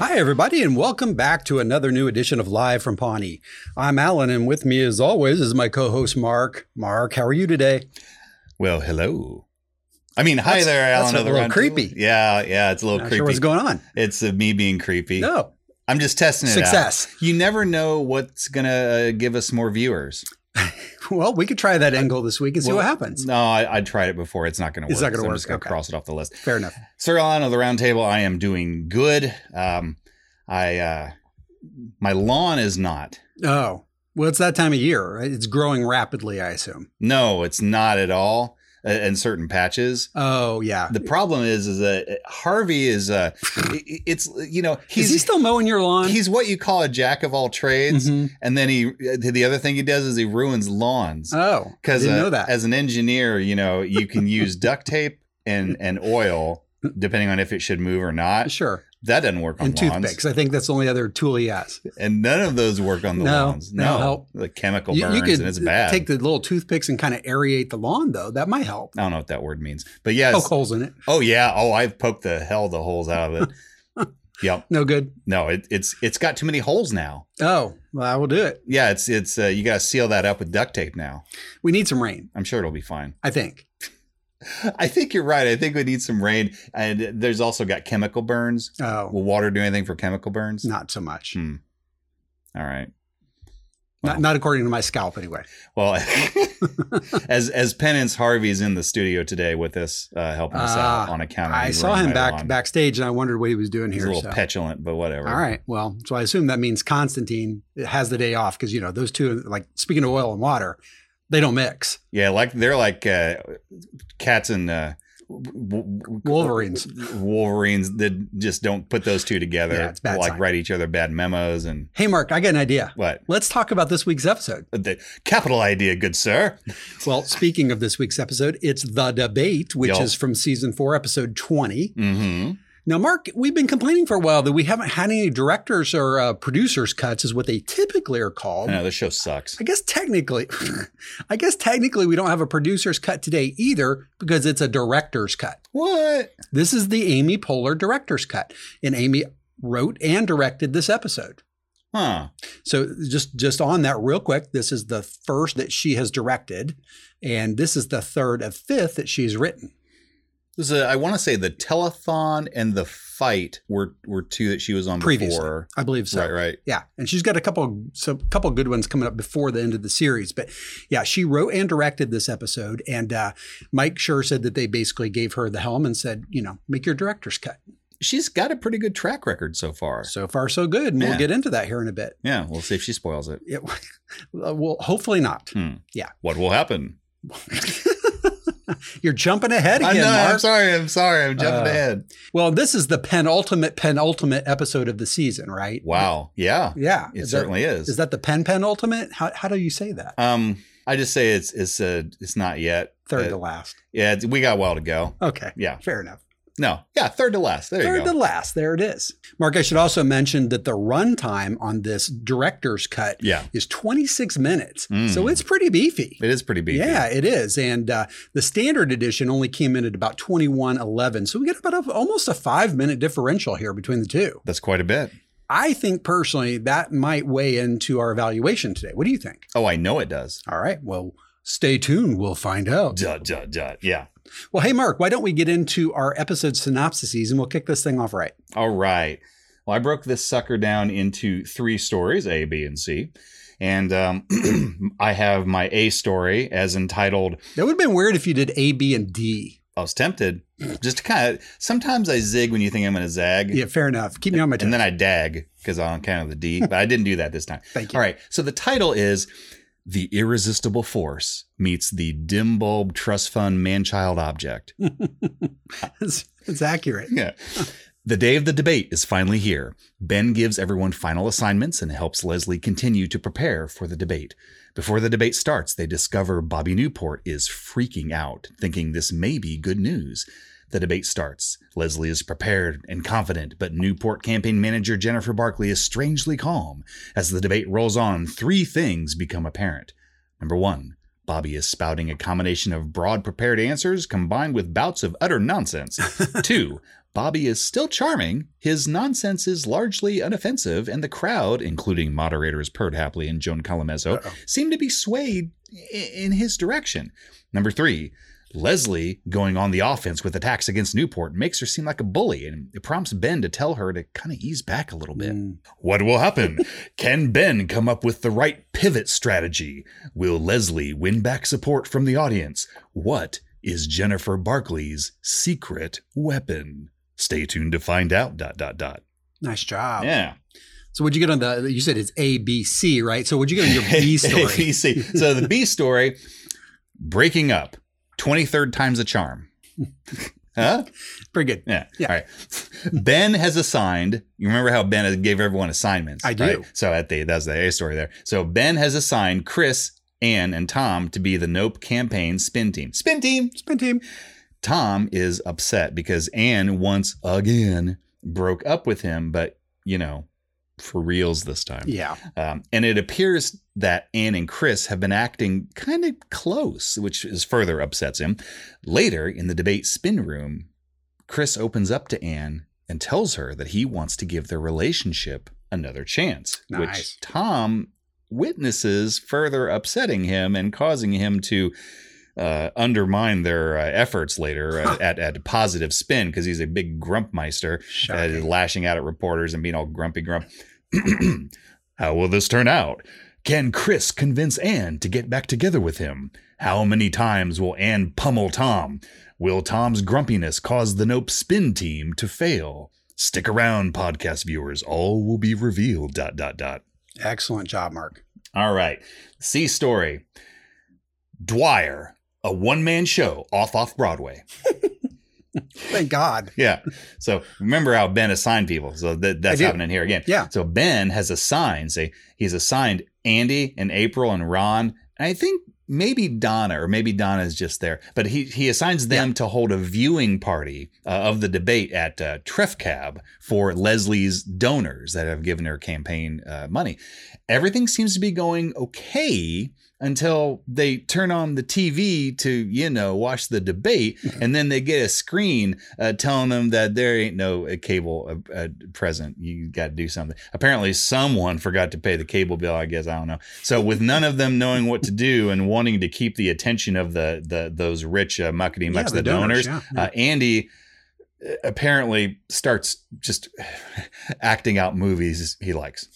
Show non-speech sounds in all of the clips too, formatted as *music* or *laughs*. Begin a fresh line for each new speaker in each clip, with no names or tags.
everybody, and welcome back to another new edition of Live from Pawnee. I'm Alan, and with me, as always, is my co host, Mark. Mark, how are you today?
Well, hello. I mean, hi
That's-
there,
that's
Alan.
a
of the
little
Round
creepy.
Table. Yeah, yeah, it's a little
Not
creepy.
sure what's going on.
it's uh, me being creepy.
No,
I'm just testing it
Success.
out. You never know what's gonna uh, give us more viewers.
*laughs* well, we could try that angle this week and see
Well,
what happens.
No, I, I tried it before. It's not gonna work.
It's not gonna
so I'm
work.
just gonna
Okay.
cross it off the list.
Fair enough.
Sir Alan of the Round Table. I am doing good. Um, I uh, my lawn is not.
Oh, well, it's that time of year. right? It's growing rapidly, I assume.
No, it's not at all. uh, In certain patches,
Oh, yeah.
The problem is, is that Harvey
*sighs*
is uh, i- i- it's you know
is he
he's
still mowing your lawn?
he's what you call a jack of all trades,
Mhm.
and then he uh, the other thing he does is he ruins lawns
Oh, because didn't
uh,
know that.
as an engineer, you know you
*laughs*
can use duct tape and and oil depending on if it should move or not.
sure.
That doesn't work on
And
lawns,
toothpicks. I think that's the only other tool he has.
and none of those work on the
No,
lawns.
no help.
the chemical burns and it's bad.
take the little toothpicks and kind of aerate the lawn, though. That might help.
I don't know what that word means, but yeah,
Poke
it's-
holes in it.
oh yeah, oh I've poked the hell the holes out of it.
*laughs*
yep.
No good.
No, it, it's it's got too many holes now.
Oh, well, I will do it.
Yeah, it's it's uh, you got to seal that up with duct tape now.
We need some rain,
I'm sure it'll be fine.
I think.
*laughs* I think you're right. I think we need some rain, and there's also got chemical burns.
Oh,
Will water do anything for chemical burns?
not so much.
Hmm. All right.
Not, not according to my scalp, anyway. *laughs*
Well, as as penance, Harvey's in the studio today with us, uh, helping us out
Ah,
on a counter.
I
He
saw
ruined
him
my
back
lawn.
backstage, and I wondered what he was doing
He's
here.
a little
so.
petulant, but whatever.
All right. Well, so I assume that means Constantine has the day off because you know those two. Like speaking of oil and water, they don't mix.
Yeah, like they're like uh, cats and uh, w- w-
Wolverines.
Wolverines that just don't put those two together.
Yeah, it's bad
like
sign.
write each other bad memos and
Hey, Mark, I got an idea.
what Uh,
Let's talk about this week's episode.
the capital idea, good sir.
Well, speaking of this week's episode, it's the debate, which
Yup.
is from season four, episode twenty.
Mm-hmm.
Now, Mark, we've been complaining for a while that we haven't had any directors or uh, producers cuts, is what they typically are called.
No, this show sucks.
I guess technically, *laughs* I guess technically we don't have a producer's cut today either because it's a director's cut.
What?
This is the Amy Poehler director's cut, and Amy wrote and directed this episode.
Huh?
So just just on that real quick, this is the first that she has directed, and this is the third of fifth that she's written.
This is a, I want to say the telethon and the fight were were two that she was on
Previously.
before.
I believe so.
Right, right.
Yeah, and she's got a couple some couple good ones coming up before the end of the series. But yeah, she wrote and directed this episode, and uh, Mike Schur said that they basically gave her the helm and said, you know, make your director's cut.
She's got a pretty good track record so far.
So far, so good, and
Yeah.
we'll get into that here in a bit.
Yeah, we'll see if she spoils it.
It, *laughs* well, hopefully not.
Hmm.
Yeah.
What will happen?
You're jumping ahead
I
again,
know, I'm
Mark.
sorry. I'm sorry. I'm jumping
Uh,
ahead.
Well, this is the penultimate penultimate episode of the season, right?
Wow. Yeah.
Yeah,
It
Is that-
certainly is.
is that the pen penultimate? How how do you say that?
um, I just say it's it's uh, it's not yet.
Third
Uh,
to last.
yeah, it's- we got a while to go.
Okay,
Yeah.
fair enough.
No. Yeah, third to last. There you
Third
go.
to last. There it is. Mark, I should also mention that the runtime on this director's cut
yeah.
is 26 minutes.
Mm.
So it's pretty beefy.
It is pretty beefy.
Yeah, it is. And uh, the standard edition only came in at about 2111. So we got about a, almost a five minute differential here between the two.
That's quite a bit.
I think personally that might weigh into our evaluation today. What do you think?
Oh, I know it does.
All right. Well, stay tuned. We'll find out.
Duh, duh, duh. Yeah.
Well, hey, Mark, why don't we get into our episode synopses and we'll kick this thing off right?
All right. Well, I broke this sucker down into three stories A, B, and C. And um, *clears throat* I have my A story as entitled
That would have been weird if you did A, B, and D.
I was tempted. Just to kind of sometimes I zig when you think I'm going to zag.
Yeah, fair enough. Keep me on my toes.
And then I dag because on count of the D, but I didn't do that this time.
Thank you.
All right. So the title is The Irresistible Force Meets the Dim Bulb Trust Fund Man Child Object.
*laughs* it's, it's accurate.
yeah. The day of the debate is finally here. Ben gives everyone final assignments and helps Leslie continue to prepare for the debate. Before the debate starts, they discover Bobby Newport is freaking out, thinking this may be good news. The debate starts. Leslie is prepared and confident, but Newport campaign manager Jennifer Barkley is strangely calm. As the debate rolls on, three things become apparent. Number one, Bobby is spouting a combination of broad prepared answers combined with bouts of utter nonsense. Two, Bobby is still charming, his nonsense is largely unoffensive, and the crowd, including moderators Perd Hapley and Joan Calamezzo,
Uh-oh.
seem to be swayed i- in his direction. Number three, Leslie going on the offense with attacks against Newport makes her seem like a bully, and it prompts Ben to tell her to kind of ease back a little bit.
Mm.
What will happen? *laughs* Can Ben come up with the right pivot strategy? Will Leslie win back support from the audience? What is Jennifer Barkley's secret weapon? Stay tuned to find out. Dot dot dot.
Nice job.
Yeah.
So what'd you get on the? You said it's A B C, right? So what'd you get on your B *laughs*
*laughs*
story?
ABC. So the B story, breaking up, twenty third times
*laughs*
a charm. Huh?
Pretty good.
Yeah.
Yeah.
All right. Ben has assigned. You remember how Ben gave everyone assignments?
I do.
So at the that's the A story there. So Ben has assigned Chris, Ann, and Tom to be the Nope campaign spin team. Spin team.
Spin team.
Tom is upset because Ann once again broke up with him, but you know, for reals this time.
Yeah.
Um, and it appears that Anne and Chris have been acting kind of close, which is further upsets him. Later in the debate spin room, Chris opens up to Anne and tells her that he wants to give their relationship another chance,
Nice.
which Tom witnesses further upsetting him and causing him to uh, undermine their uh, efforts later
*laughs*
uh, at, at positive spin because he's a big grumpmeister uh,
Shocking.
lashing out at reporters and being all grumpy grump. How will this turn out? Can Chris convince Anne to get back together with him? How many times will Anne pummel Tom? Will Tom's grumpiness cause the Nope spin team to fail? Stick around, podcast viewers. All will be revealed. Dot dot dot.
Excellent job, Mark.
All right. C story. Dwyer, a one-man show off off Broadway.
Thank God.
*laughs* Yeah. So remember how Ben assigned people. So that, that's
do.
happening here again.
Yeah.
So Ben has assigned, say, he's assigned Andy and April and Ron. And I think maybe Donna, or maybe Donna is just there, but he, he assigns them to hold a viewing party uh, of the debate at uh, Trefcab for Leslie's donors that have given her campaign uh, money. Everything seems to be going okay until they turn on the TV to, you know, watch the debate.
Mm-hmm.
And then they get a screen uh, telling them that there ain't no uh, cable uh, uh, present. You got to do something. Apparently, someone forgot to pay the cable bill, I guess. I don't know. So, with none of them knowing what to do and wanting to keep the attention of the, the those rich uh, muckety mucks,
Yeah,
the, donors,
yeah.
uh, Andy uh, apparently starts just *laughs* acting out movies he likes.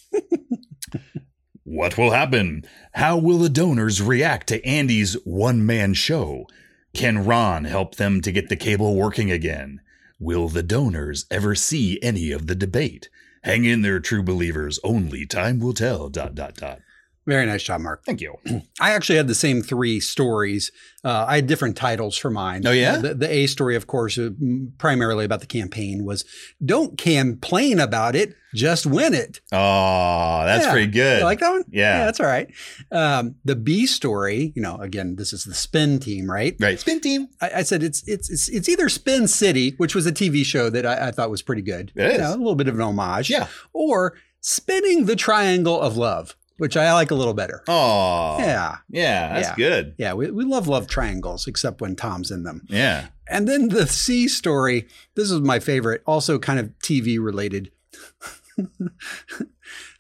what will happen? How will the donors react to Andy's one man show? Can Ron help them to get the cable working again? Will the donors ever see any of the debate? Hang in there, true believers. Only time will tell. Dot dot dot.
Very nice job, Mark.
Thank you.
*clears throat* I actually had the same three stories. Uh, I had different titles for mine.
Oh, yeah?
The, the A story, of course, uh, m- primarily about the campaign was don't complain about it, just win it.
Oh, that's
Yeah.
pretty good.
You like that one?
yeah.
that's all right. Um, the B story, you know, again, this is the spin team, right?
right. Spin team.
I, I said it's, it's it's it's either Spin City, which was a TV show that I, I thought was pretty good,
It
You
is.
know, a little bit of an homage,
Yeah.
or Spinning the Triangle of Love, which I like a little better.
Oh.
Yeah,
Yeah, that's
Yeah.
good.
yeah, we, we love love triangles, except when Tom's in them.
Yeah.
And then the C story. This is my favorite, also kind of TV related. *laughs*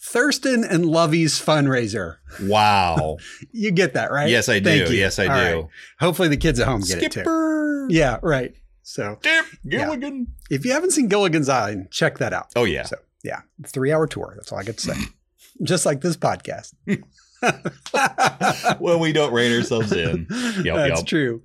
Thurston and Lovey's fundraiser.
Wow.
*laughs* You get that, right?
Yes, I do.
Thank you.
Yes, I
All
do.
right. Hopefully, the kids at home get it too.
Skipper.
Yeah, right. So,
Dip Gilligan.
if you haven't seen Gilligan's Island, check that out.
Oh yeah.
So, yeah, three hour tour. That's all I get to say.
*laughs*
Just like this podcast.
*laughs* well, we don't rein ourselves *laughs* in. *laughs* Yup,
That's
yup.
true.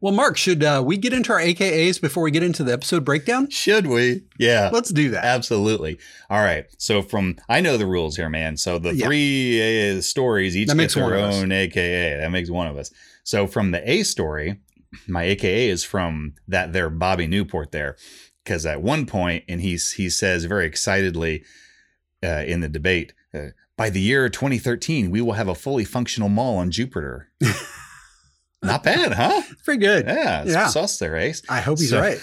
Well, Mark, should uh, we get into our AKAs before we get into the episode breakdown?
Should we? Yeah.
Let's do that.
Absolutely. All right. So from I know the rules here, man. So the
Yeah.
three uh, stories each
That makes
gets their
one of us.
own AKA. That makes one of us. So from the A story, my AKA is from that there Bobby Newport there, because at one point, and he's he says very excitedly uh, in the debate, uh, by the year 2013, we will have a fully functional mall
*laughs*
on Jupiter. Not bad, huh?
Pretty good.
Yeah, it's
Yeah.
sauce there, Ace.
I hope he's
So-
right.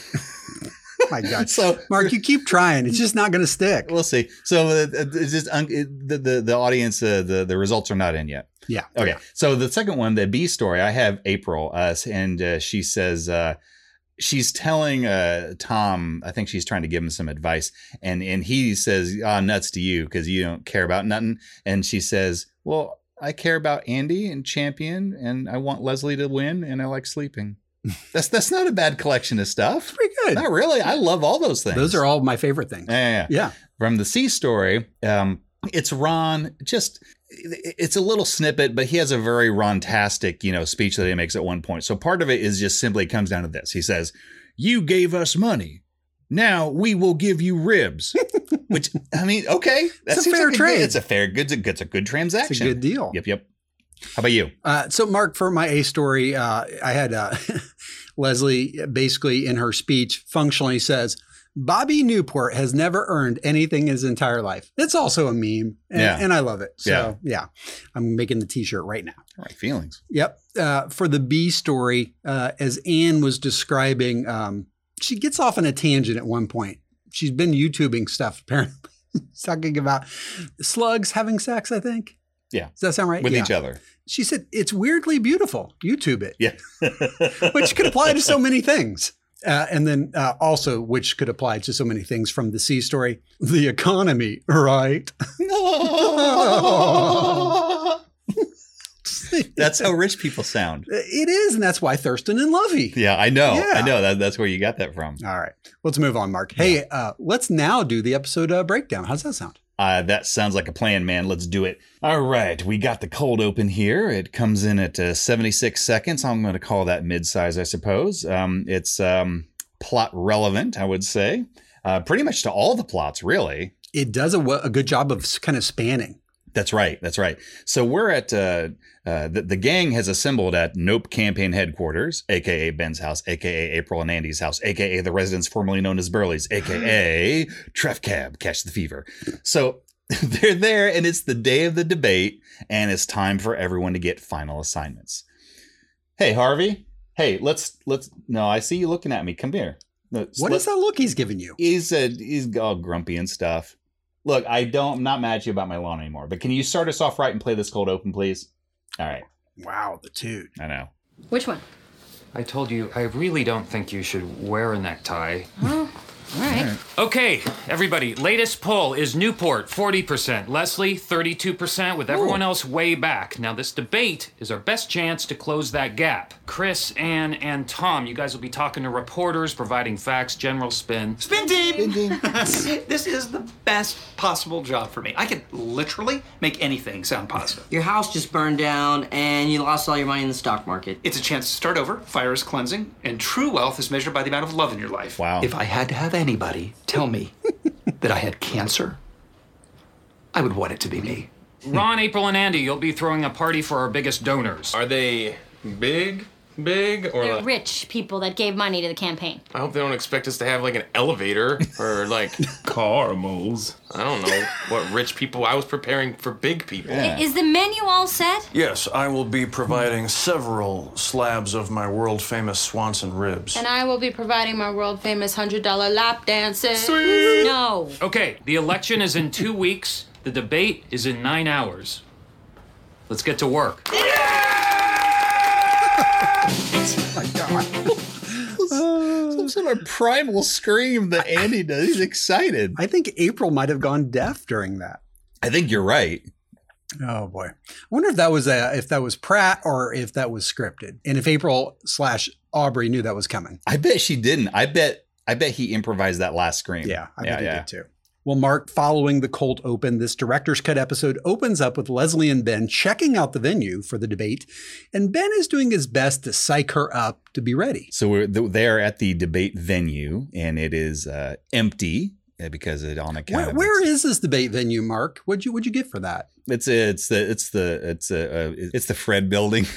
*laughs* My God.
So
Mark, you keep trying. It's just not going to stick.
We'll see. So uh, it's just un- it, the, the the audience uh, the the results are not in yet.
Yeah.
Okay. So the second one, the B story, I have April us, and uh, she says, uh, she's telling uh, Tom, I think she's trying to give him some advice, and and he says, "Ah, nuts to you, because you don't care about nothing." And she says, "Well, I care about Andy and Champion, and I want Leslie to win, and I like sleeping." that's that's not a bad collection of stuff.
Pretty good.
Not really. I love all those things.
Those are all my favorite things.
Yeah, yeah, yeah.
Yeah.
From the C story, um, it's Ron just it's a little snippet, but he has a very Ron-tastic, you know, speech that he makes at one point. So part of it is just simply comes down to this. He says, "You gave us money. Now we will give you
*laughs*
ribs." Which I mean, okay,
It's a
seems
fair
like
trade.
Good, it's a fair good. It's a good transaction.
It's a good deal.
Yep, yep. How about you?
Uh, so, Mark, for my A story, uh, I had uh, *laughs* Leslie basically in her speech functionally says, Bobby Newport has never earned anything his entire life. It's also a meme, and,
Yeah.
and I love it. So, yeah, I'm making the t shirt right now.
All right, feelings.
Yep. Uh, for the B story, uh, as Anne was describing, um, she gets off on a tangent at one point. She's been YouTubing stuff, *laughs* apparently. She's talking about slugs having sex, I think.
Yeah.
Does that sound right?
With
yeah. *laughs*
each other.
She said, it's weirdly beautiful. YouTube it,
Yeah.
*laughs* which could apply to so many things. Uh, and then uh, also, which could apply to so many things from the C story, the economy, right? *laughs*
That's how rich people sound.
it is. And that's why Thurston and Lovey.
Yeah, I know.
Yeah.
I know. That, that's where you got that from.
All right, let's move on, Mark. Hey, uh, let's now do the episode uh, breakdown. How's that sound?
Uh, that sounds like a plan, man. Let's do it. All right, we got the cold open here. It comes in at uh, 76 seconds. I'm going to call that mid-size, I suppose. Um, it's um, plot relevant, I would say. Uh, pretty much to all the plots, really.
It does a, w- a good job of s- kind of spanning.
That's right. That's right. So we're at uh, uh, the, the gang has assembled at Nope Campaign Headquarters, aka Ben's house, aka April and Andy's house, aka the residence formerly known as Burley's, aka Tref Cab, Catch the Fever. So *laughs* they're there, and it's the day of the debate, and it's time for everyone to get final assignments. Hey, Harvey. Hey, let's let's. No, I see you looking at me. Come here. What is
What is that look he's giving you?
he's a, he's all grumpy and stuff. Look, I don't I'm not mad at you about my lawn anymore, but can you start us off right and play this cold open, please? All right,
Wow, the dude.
I know.
Which one?
I told you, I really don't think you should wear a necktie.
*laughs* All right.
Okay, everybody, latest poll is Newport 40%, Leslie 32%, with everyone else way back. Now, this debate is our best chance to close that gap. Chris, Ann, and Tom, you guys will be talking to reporters, providing facts, general spin.
Spin team! *laughs* this is the best possible job for me. I could literally make anything sound positive.
Your house just burned down and you lost all your money in the stock market.
It's a chance to start over, fire is cleansing, and true wealth is measured by the amount of love in your life.
Wow.
If I had to have anybody
*laughs*
tell me that I had cancer, I would want it to be me.
Ron, April, and Andy, you'll be throwing a party for our biggest donors.
Are they big, big, or
They're
like,
rich people that gave money to the campaign.
I hope they don't expect us to have like an elevator or like caramels. I don't know what rich people. I was preparing for big people.
Yeah.
Is the menu all set?
Yes, I will be providing several slabs of my world famous Swanson ribs.
And I will be providing my world famous $100 lap dances.
No.
Okay, the election is in two weeks, the debate is in nine hours. Let's get to work.
My God. Uh.
Some sort of primal scream that Andy does. He's excited.
I think April might have gone deaf during that.
I think you're right.
Oh boy, I wonder if that was uh if that was Pratt or if that was scripted, and if April slash Aubrey knew that was coming.
I bet she didn't. I bet I bet he improvised that last scream.
Yeah, I bet he did too. Well, Mark, following the cold open, this director's cut episode opens up with Leslie and Ben checking out the venue for the debate, and Ben is doing his best to psych her up to be ready.
So we're th- they're at the debate venue, and it is uh, empty uh, because it on account.
Where,
of-
where is this debate venue, Mark? What'd you What'd you get for that?
it's it's the it's the it's a uh, it's the Fred building. *laughs*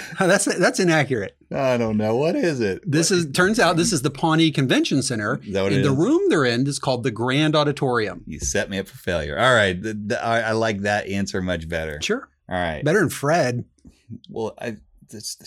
*laughs* That's that's inaccurate.
I don't know what is it.
This is turns out this is the Pawnee Convention Center,
Is that what
and
it
the
is?
room they're in is called the Grand Auditorium.
You set me up for failure. All right, th- th- I, I like that answer much better.
Sure,
All right.
better than Fred.
Well, I this,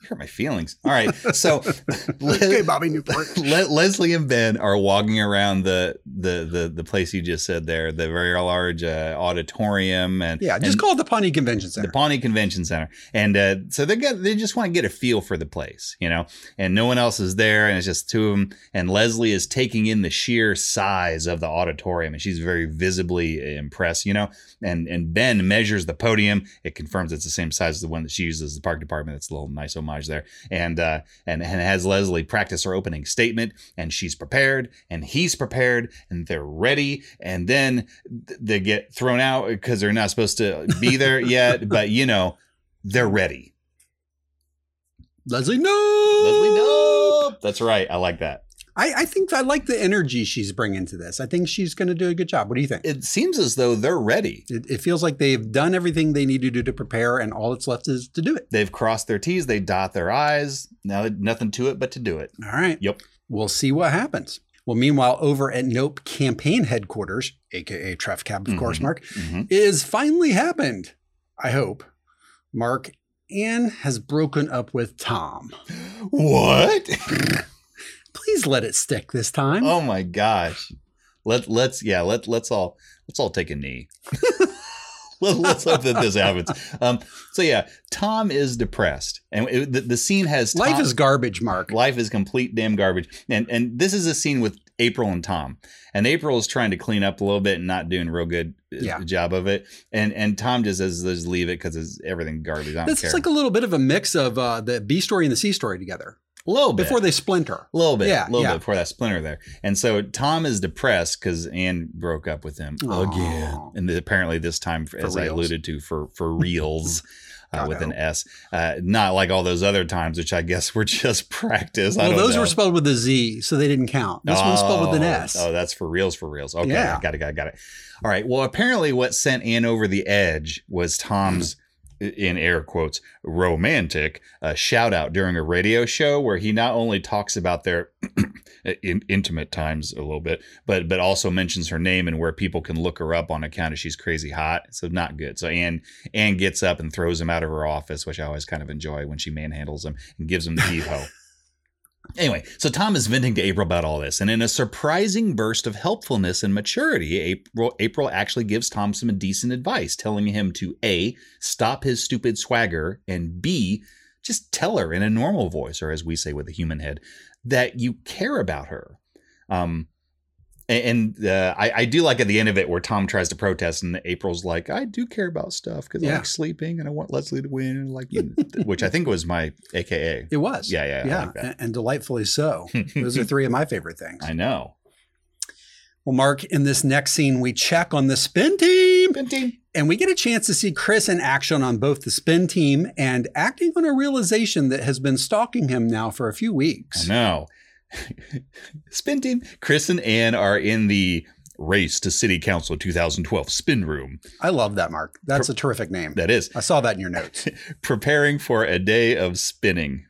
You hurt my feelings. All right. So
*laughs*
*laughs*
okay, Bobby Newport.
Le- Leslie and Ben are walking around the, the the the place you just said there, the very large uh, auditorium, and
Yeah, just
and
call it the Pawnee Convention Center.
the Pawnee Convention Center, and uh, so they got they just want to get a feel for the place, you know, and no one else is there, and it's just two of them, and Leslie is taking in the sheer size of the auditorium, and she's very visibly impressed, you know, and and Ben measures the podium, it confirms it's the same size as the one that she uses as the park department. That's a little nice homage there, and uh, and and has Leslie practice her opening statement, and she's prepared, and he's prepared, and they're ready, and then th- they get thrown out because they're not supposed to be there yet, but you know they're ready.
Leslie, no.
Leslie, nope. That's right. I like that.
I, I think I like the energy she's bringing to this. I think she's going to do a good job. What do you think?
It seems as though they're ready.
It, it feels like they've done everything they need to do to prepare, and all that's left is to do it.
They've crossed their T's. They dot their I's. Now nothing to it but to do it.
All right.
Yep.
We'll see what happens. Well, meanwhile, over at Nope campaign headquarters, aka Trefcap, of course,
Mhm.
Mark,
Mhm.
Mm-hmm.
is finally happened. I hope. Mark, Anne has broken up with Tom.
What?
Please let it stick this time.
oh my gosh. Let let's yeah let let's all let's all take
*laughs*
a knee. Let, let's hope that this happens. Um, so yeah, Tom is depressed, and it, the, the scene has
Life
Tom-
is garbage, Mark.
Life is complete damn garbage. And and this is a scene with April and Tom. And April is trying to clean up a little bit and not doing a real good uh,
Yeah.
job of it. And and Tom just says, "Let's leave it because it's everything garbage. I don't
This
care."
is like a little bit of a mix of uh, the B story and the C story together
little bit
before they splinter.
a little bit,
Yeah,
a little
yeah.
bit before that splinter there. And so Tom is depressed because Anne broke up with him again,
Aw.
and apparently this time, as I
reals.
alluded to, for
*laughs*
for reals. Uh,
Got
with
it.
an S, uh, not like all those other times, which I guess were *laughs* just practice. I
Well,
don't
those
know.
were spelled with a Z, so they didn't count. This one's spelled with an
Oh,
S.
Oh, that's for reals, for reals. Okay,
Yeah.
got it, got it, got it. All right. Well, apparently, what sent Anne over the edge was
Hmm.
Tom's, in air quotes, romantic uh, shout out during a radio show where he not only talks about their *clears throat* in, intimate times a little bit, but but also mentions her name and where people can look her up on account of she's crazy hot. So not good. So Anne Anne gets up and throws him out of her office, which I always kind of enjoy when she manhandles him and gives him the *laughs* heave ho. Anyway, so Tom is venting to April about all this, and in a surprising burst of helpfulness and maturity, April, April actually gives Tom some decent advice, telling him to A, stop his stupid swagger, and B, just tell her in a normal voice, or as we say with a human head, that you care about her. Um, and and, uh, I, I do like at the end of it where Tom tries to protest, and April's like, I do care about stuff because I
Yeah.
like sleeping and I want Leslie to win,
*laughs*
and like, you- which I think was my AKA.
It was.
Yeah, yeah, I
yeah.
like that.
and- And delightfully so. Those are three of my favorite things.
*laughs* I know.
Well, Mark, in this next scene, we check on the spin team and we get a chance to see Chris in action on both the spin team and acting on a realization that has been stalking him now for a few
I
weeks.
know. *laughs* spin team. Chris and Ann are in the race to City Council 2012 spin room.
I love that, Mark. That's a terrific name.
That is
I saw that in
*laughs*
your notes.
preparing for a day of spinning.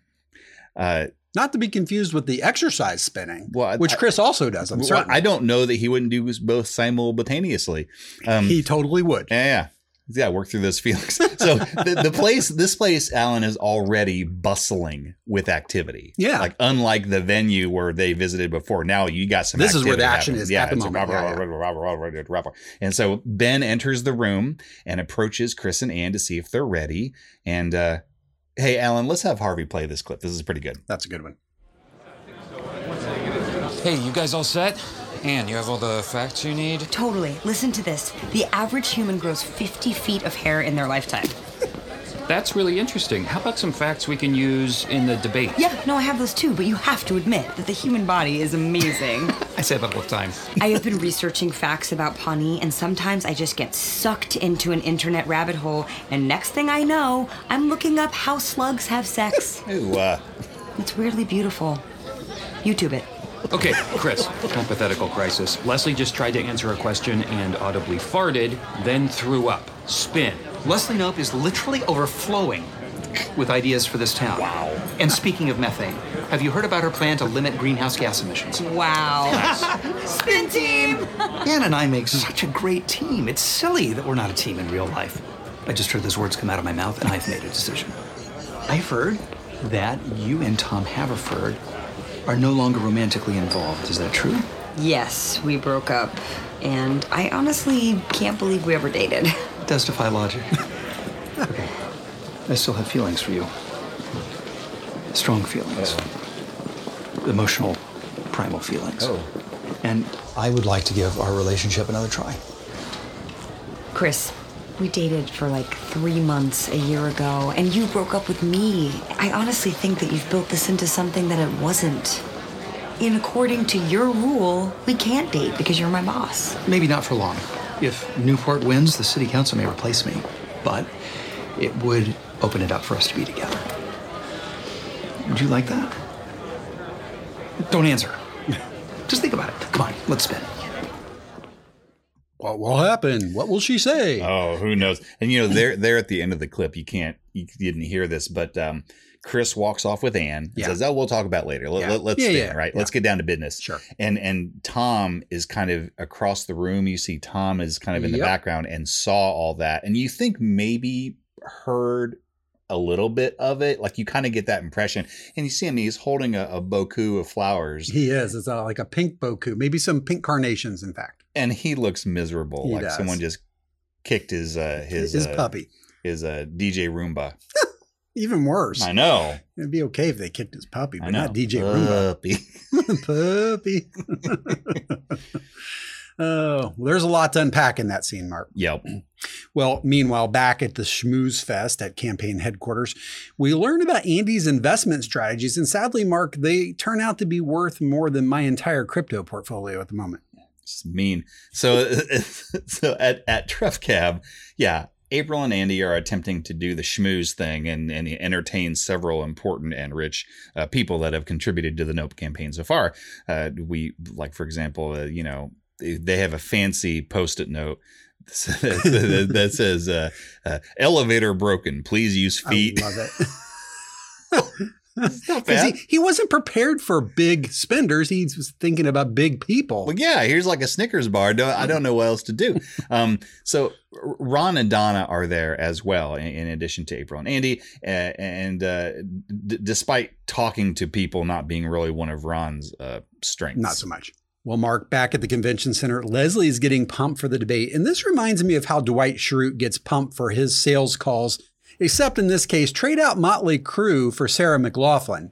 Uh,
Not to be confused with the exercise spinning,
Well, I-
which Chris also does. I'm
well,
certain.
I don't know that he wouldn't do both simultaneously. Um,
he totally would.
Yeah, yeah. Yeah, work through those *laughs* feelings. So the, the place, this place, Alan, is already bustling with activity.
Yeah.
Like unlike the venue where they visited before. Now you got some
This is where the
activity
action is
happening.
at the
it's a
moment.
rah,
Yeah,
rah, rah, rah, rah, rah, rah, rah. *laughs* And so Ben enters the room and approaches Chris and Ann to see if they're ready. And uh hey Alan, let's have Harvey play this clip. This is pretty good.
That's a good one.
Hey, you guys all set? Anne, you have all the facts you need?
Totally. Listen to this. The average human grows 50 feet of hair in their lifetime.
That's really interesting. How about some facts we can use in the debate?
Yeah, no, I have those too, but you have to admit that the human body is amazing.
I say that all the time.
I have been researching facts about Pawnee, and sometimes I just get sucked into an internet rabbit hole, and next thing I know, I'm looking up how slugs have sex.
Ooh, uh,
It's weirdly beautiful. YouTube it.
Okay, Chris, hypothetical crisis. Leslie just tried to answer a question and audibly farted, then threw up. Spin.
Leslie Nope is literally overflowing with ideas for this town. Wow. And speaking of methane, have you heard about her plan to limit greenhouse gas emissions?
Wow. Spin team!
Ann and I make such a great team. It's silly that we're not a team in real life. I just heard those words come out of my mouth, and I've made a decision. I've heard that you and Tom Haverford are no longer romantically involved. Is that true?
Yes, we broke up, and I honestly can't believe we ever dated. *laughs*
It does defy *laughs* logic. okay. I still have feelings for you. Strong feelings. Emotional, primal feelings. Oh. And I would like to give our relationship another try.
Chris, we dated for like three months a year ago, and you broke up with me. I honestly think that you've built this into something that it wasn't. And according to your rule, we can't date because you're my boss.
Maybe not for long. If Newport wins, the city council may replace me. But it would open it up for us to be together. Would you like that? Don't *laughs* answer. Just think about it. Come on, let's spin.
What will happen? What will she say?
Oh, who knows? And you know, they're they're at the end of the clip. You can't you didn't hear this, but um, Chris walks off with Anne and
Yeah.
says, "Oh, we'll talk about it later. Let,
Yeah.
us
Yeah,
spin,
yeah,
right?
yeah.
Let's get down to business."
Sure.
And and Tom is kind of across the room. You see Tom is kind of in the
Yep.
background and saw all that, and you think maybe heard a little bit of it. Like you kind of get that impression, and you see him. He's holding a, a bouquet of flowers.
He is. It's uh, like a pink boku, maybe some pink carnations, in fact.
and he looks miserable.
He
like
does.
someone just kicked his uh, his
His
uh,
puppy.
his uh,
*laughs*
DJ Roomba.
Even worse.
I know.
It'd be okay if they kicked his puppy,
I
but
know.
not DJ
Puppy.
Roomba. *laughs* puppy. oh, well, there's a lot to unpack in that scene, Mark.
Yep.
*clears throat* Well, meanwhile, back at the Schmooze Fest at campaign headquarters, we learn about Andy's investment strategies, and sadly, Mark, they turn out to be worth more than my entire crypto portfolio at the moment.
It's mean. So *laughs* so at at Treff Cab, yeah. April and Andy are attempting to do the schmooze thing and, and entertain several important and rich uh, people that have contributed to the Nope campaign so far. Uh, we like, for example, uh, you know, they- they have a fancy post-it note *laughs* that, that says uh, uh, "Elevator broken. Please use feet."
I love it. 'Cause
bad.
he, he wasn't prepared for big spenders. He was thinking about big people.
Well, yeah, here's like a Snickers bar. No, I don't know what else
*laughs*
to do. Um, so R- Ron and Donna are there as well, in, in addition to April and Andy. Uh, and uh, d- despite talking to people not being really one of Ron's uh, strengths,
Not so much. Well, Mark, back at the convention center, Leslie is getting pumped for the debate. And this reminds me of how Dwight Schrute gets pumped for his sales calls, except in this case, trade out Motley Crue for Sarah McLaughlin.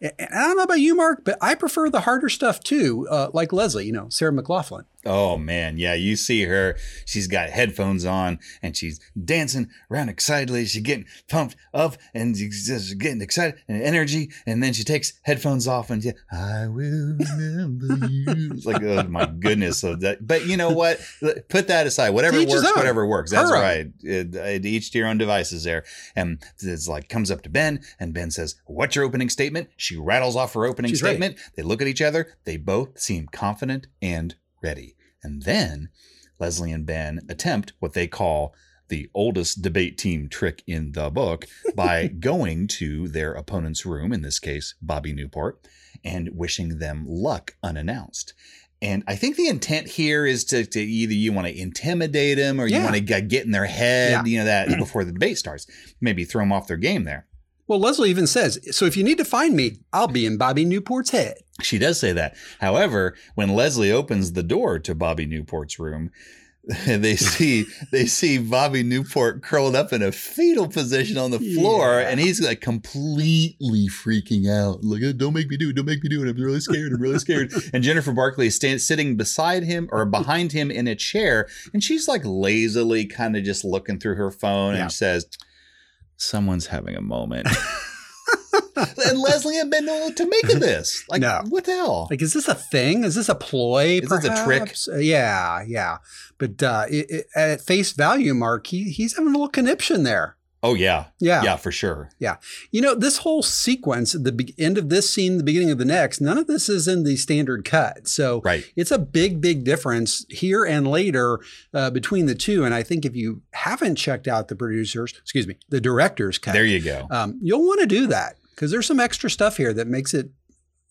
And and I don't know about you, Mark, but I prefer the harder stuff too, uh, like Leslie, you know, Sarah McLaughlin.
Oh man, yeah, you see her. She's got headphones on and she's dancing around excitedly. She's getting pumped up and she's just getting excited and energy. And then she takes headphones off and she, I will remember you. It's like, oh my goodness. So that, but you know what? Put that aside. Whatever
To each his
works,
own.
whatever works. That's
Her own.
right. It, it- each to your own devices there. And it's like comes up to Ben and Ben says, "What's your opening statement?" She rattles off her opening
She's ready.
statement. They look at each other. They both seem confident and ready. And then Leslie and Ben attempt what they call the oldest debate team trick in
*laughs*
the book by going to their opponent's room, in this case, Bobby Newport, and wishing them luck unannounced. And I think the intent here is to, to either you want to intimidate them or you
Yeah.
want to get in their head,
Yeah.
you
*clears throat*
know, that before the debate starts, maybe throw them off their game there.
Well, Leslie even says, So if you need to find me, I'll be in Bobby Newport's head.
She does say that. However, when Leslie opens the door to Bobby Newport's room, *laughs* they see they see Bobby Newport curled up in a fetal position on the floor, and he's like completely freaking out. Like, "Oh, don't make me do it, don't make me do it. I'm really scared. I'm
*laughs*
really scared. and Jennifer Barkley is stand, sitting beside him or behind him in a chair, and she's like lazily kind of just looking through her phone
Yeah.
and says, "Someone's having a moment." *laughs* and Leslie had been know what to make of this. Like,
No.
what the hell?
Like, is this a thing? Is this a ploy?
Is this a trick?
perhaps? Uh, yeah, yeah. But uh, it, it, at face value, Mark, he, he's having a little conniption there.
oh yeah,
Yeah.
yeah, for sure.
Yeah. You know, this whole sequence, the be- end of this scene, the beginning of the next, none of this is in the standard cut. So
Right.
it's a big, big difference here and later uh, between the two. And I think if you haven't checked out the producers, excuse me, the director's cut,
There you go.
um, you'll want to do that because there's some extra stuff here that makes it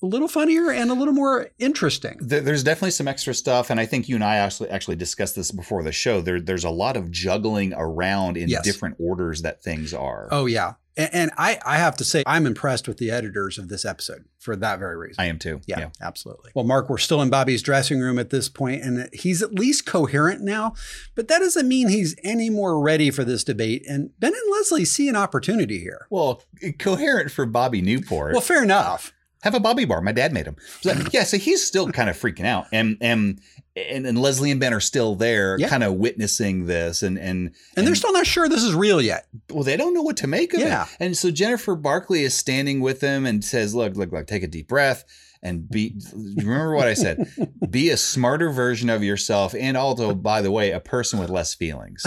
a little funnier and a little more interesting.
there, there's definitely some extra stuff, and I think you and I actually actually discussed this before the show. There, there's a lot of juggling around in
Yes.
different orders that things are.
Oh, yeah. And, and I, I have to say, I'm impressed with the editors of this episode for that very reason.
I am too.
Yeah, absolutely. Well, Mark, we're still in Bobby's dressing room at this point, and he's at least coherent now, but that doesn't mean he's any more ready for this debate. And Ben and Leslie see an opportunity here.
Well, coherent for Bobby Newport.
Well, *laughs* fair enough.
Have a Bobby bar. My dad made him. So, yeah, so he's still kind of freaking out, and and and, and Leslie and Ben are still there,
Yeah.
kind of witnessing this, and and
And they're still not sure this is real yet.
well, they don't know what to make of
Yeah.
it. And so Jennifer Barkley is standing with them and says, "Look, look, look, take a deep breath." And be remember what
*laughs*
I said. Be a smarter version of yourself, and also, by the way, a person with less feelings.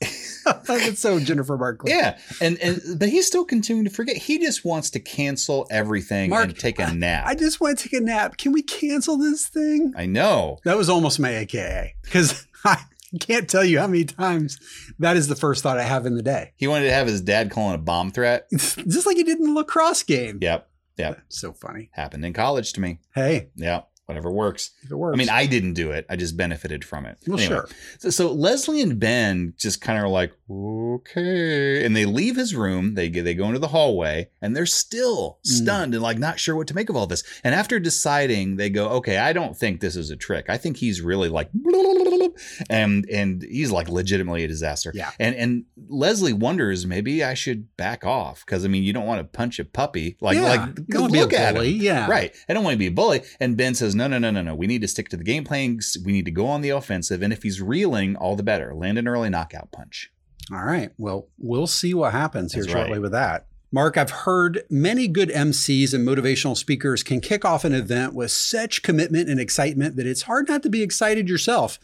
it's so Jennifer Barkley.
*laughs* Yeah, and and but he's still continuing to forget. He just wants to cancel everything and take a nap.
I just want to take a nap. Can we cancel this thing?
I know.
That was almost my AKA because *laughs* I can't tell you how many times that is the first thought I have in the day.
He wanted to have his dad calling a bomb threat.
*laughs* Just like you did in the lacrosse game.
Yep. Yep.
So funny.
Happened in college to me.
Hey,
Yeah. Whatever works.
if it works.
I mean, I didn't do it. I just benefited from it.
Well, sure.
So, so Leslie and Ben just kind of are like, okay, and they leave his room. They go- they go into the hallway, and they're still
Hmm.
stunned and like not sure what to make of all this. And after deciding, they go, okay, I don't think this is a trick. I think he's really like, *laughs* and and he's like legitimately a disaster.
Yeah.
And and Leslie wonders maybe I should back off because I mean you don't want to punch a puppy like
Yeah,
like
you don't wanna be a
look at
bully,
him.
yeah.
right. I don't want to be a bully. And Ben says, no, no, no, no, no. We need to stick to the game plan. We need to go on the offensive. And if he's reeling, all the better. Land an early knockout punch.
All right. Well, we'll see what happens here
That's
shortly
right.
with that. Mark, I've heard many good MCs and motivational speakers can kick off an event with such commitment and excitement that it's hard not to be excited yourself.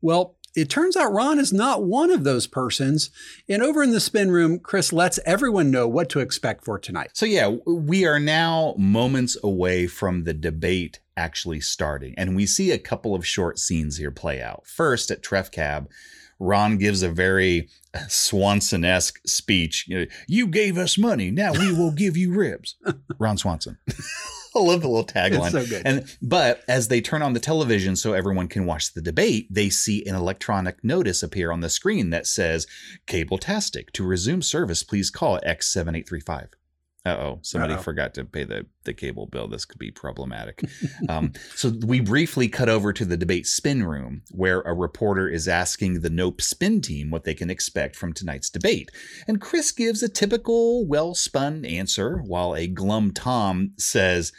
Well, it turns out Ron is not one of those persons. And over in the spin room, Chris lets everyone know what to expect for tonight.
So, yeah, w- we are now moments away from the debate actually starting. And we see a couple of short scenes here play out. First, at Tref Cab, Ron gives a very Swanson esque speech. You, know, you gave us money. Now we will give you
*laughs*
ribs. Ron Swanson. *laughs* I love the little tagline.
so good.
And but as they turn on the television so everyone can watch the debate, they see an electronic notice appear on the screen that says "Cable Tastic to resume service, please call X seven eight three five. Uh oh, somebody
Uh-oh.
forgot to pay the, the cable bill. This could be problematic. um, so we briefly cut over to the debate spin room where a reporter is asking the Nope spin team what they can expect from tonight's debate. And Chris gives a typical, well spun answer while a glum Tom says,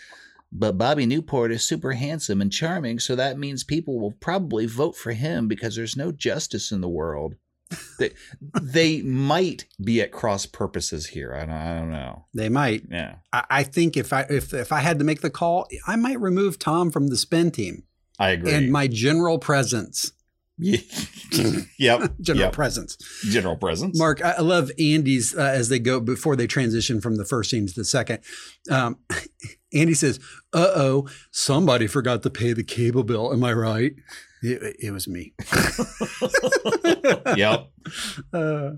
but Bobby Newport is super handsome and charming, so that means people will probably vote for him because there's no justice in the world. They, they might be at cross purposes here. I don't, I don't know.
They might.
Yeah.
I, I think if I if if I had to make the call, I might remove Tom from the spin team
I agree.
and my general presence.
*laughs* yep.
*laughs* General
Yep.
presence.
General presence.
Mark, I I love Andy's uh, as they go before they transition from the first scene to the second. Um, *laughs* Andy says, "Uh oh, somebody forgot to pay the cable bill. Am I right?" It, it was me.
*laughs* Yep.
*laughs* Uh,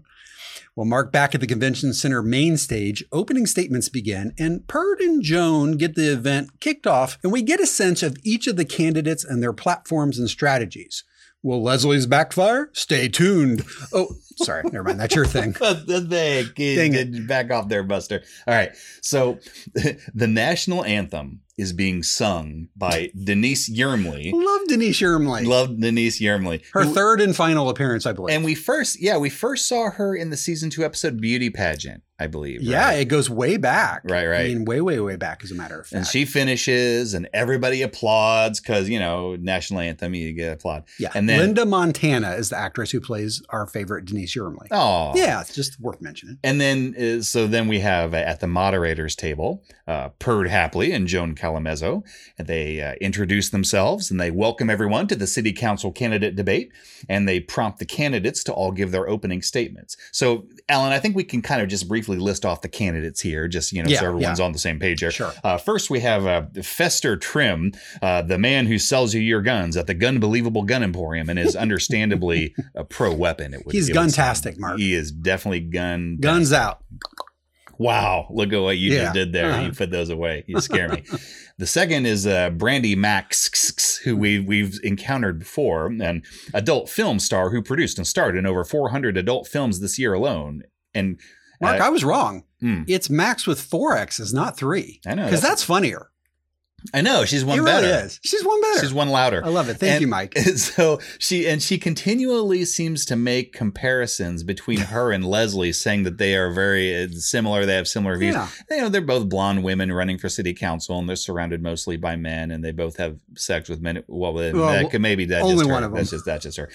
well, Mark, back at the convention center main stage, opening statements begin, and Perd and Joan get the event kicked off, and we get a sense of each of the candidates and their platforms and strategies. Will Leslie's backfire? Stay tuned. Oh, sorry, never mind. That's your
*laughs*
thing.
the thing.
Dang
Back off there, Buster. All right. So *laughs* the national anthem is being sung by Denise Yermley.
Love Denise Yermley.
Love Denise Yermley.
Her
Who-
third and final appearance, I believe.
And we first, yeah, we first saw her in the season two episode Beauty Pageant, I believe.
yeah,
right?
it goes way back.
Right, right.
I mean, way, way, way back, as a matter of fact.
And she finishes, and everybody applauds because you know national anthem, you get applaud.
yeah.
And then,
Linda Montana is the actress who plays our favorite Denise Yermley.
oh,
Yeah, it's just worth mentioning.
And then, uh, so then we have uh, at the moderators' table, uh, Perd Hapley and Joan Calamezzo. And they uh, introduce themselves and they welcome everyone to the city council candidate debate. And they prompt the candidates to all give their opening statements. So, Alan, I think we can kind of just briefly list off the candidates here, just you know,
Yeah,
so everyone's
yeah.
on the same page here.
Sure.
Uh, first, we have uh, Fester Trim, uh, the man who sells you your guns at the Gun Believable Gun Emporium,
*laughs*
and is understandably a pro weapon. It would
He's
it would seem.
guntastic, Mark.
He is definitely gun.
Guns out.
Wow, look at what you
Yeah.
just did there.
Uh-huh.
You put those away.
*laughs*
You scare me. the second is uh, Brandy Max, who we, we've encountered before, an adult film star who produced and starred in over 400 adult films this year alone. And
Mark,
Uh,
I was wrong.
Hmm.
It's Max with four X's, not three.
I know,
Because
that's-
that's funnier.
I know she's one
It really
better.
is. She's one better.
She's one louder.
I love it. Thank
And
you, Mike.
*laughs* So she and she continually seems to make comparisons between her and Leslie, saying that they are very uh, similar. They have similar views.
Yeah.
You know, they're both blonde women running for city council, and they're surrounded mostly by men, and they both have sex with men. Well,
Well,
that could maybe that
only
just her.
one of 'em.
That's just that's just her.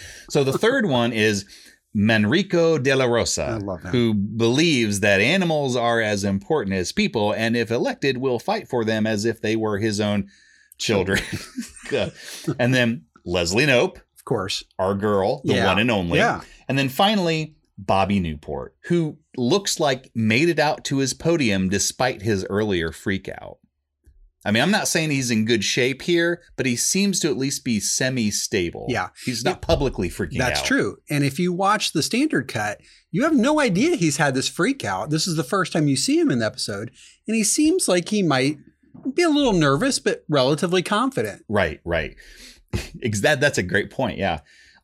*laughs*
So the third one is. Manrico de la Rosa,
I love him.
who believes that animals are as important as people, and if elected, will fight for them as if they were his own *laughs* children. Good. and then Leslie Nope,
Of course.
our girl, the
Yeah.
one and only.
Yeah.
And then finally, Bobby Newport, who looks like made it out to his podium despite his earlier freak out. I mean, I'm not saying he's in good shape here, but he seems to at least be semi stable.
Yeah.
He's not publicly freaking out.
That's true. And if you watch the standard cut, you have no idea he's had this freak out. This is the first time you see him in the episode. And he seems like he might be a little nervous, but relatively confident.
Right, right. Ex- that, that's a great point. Yeah.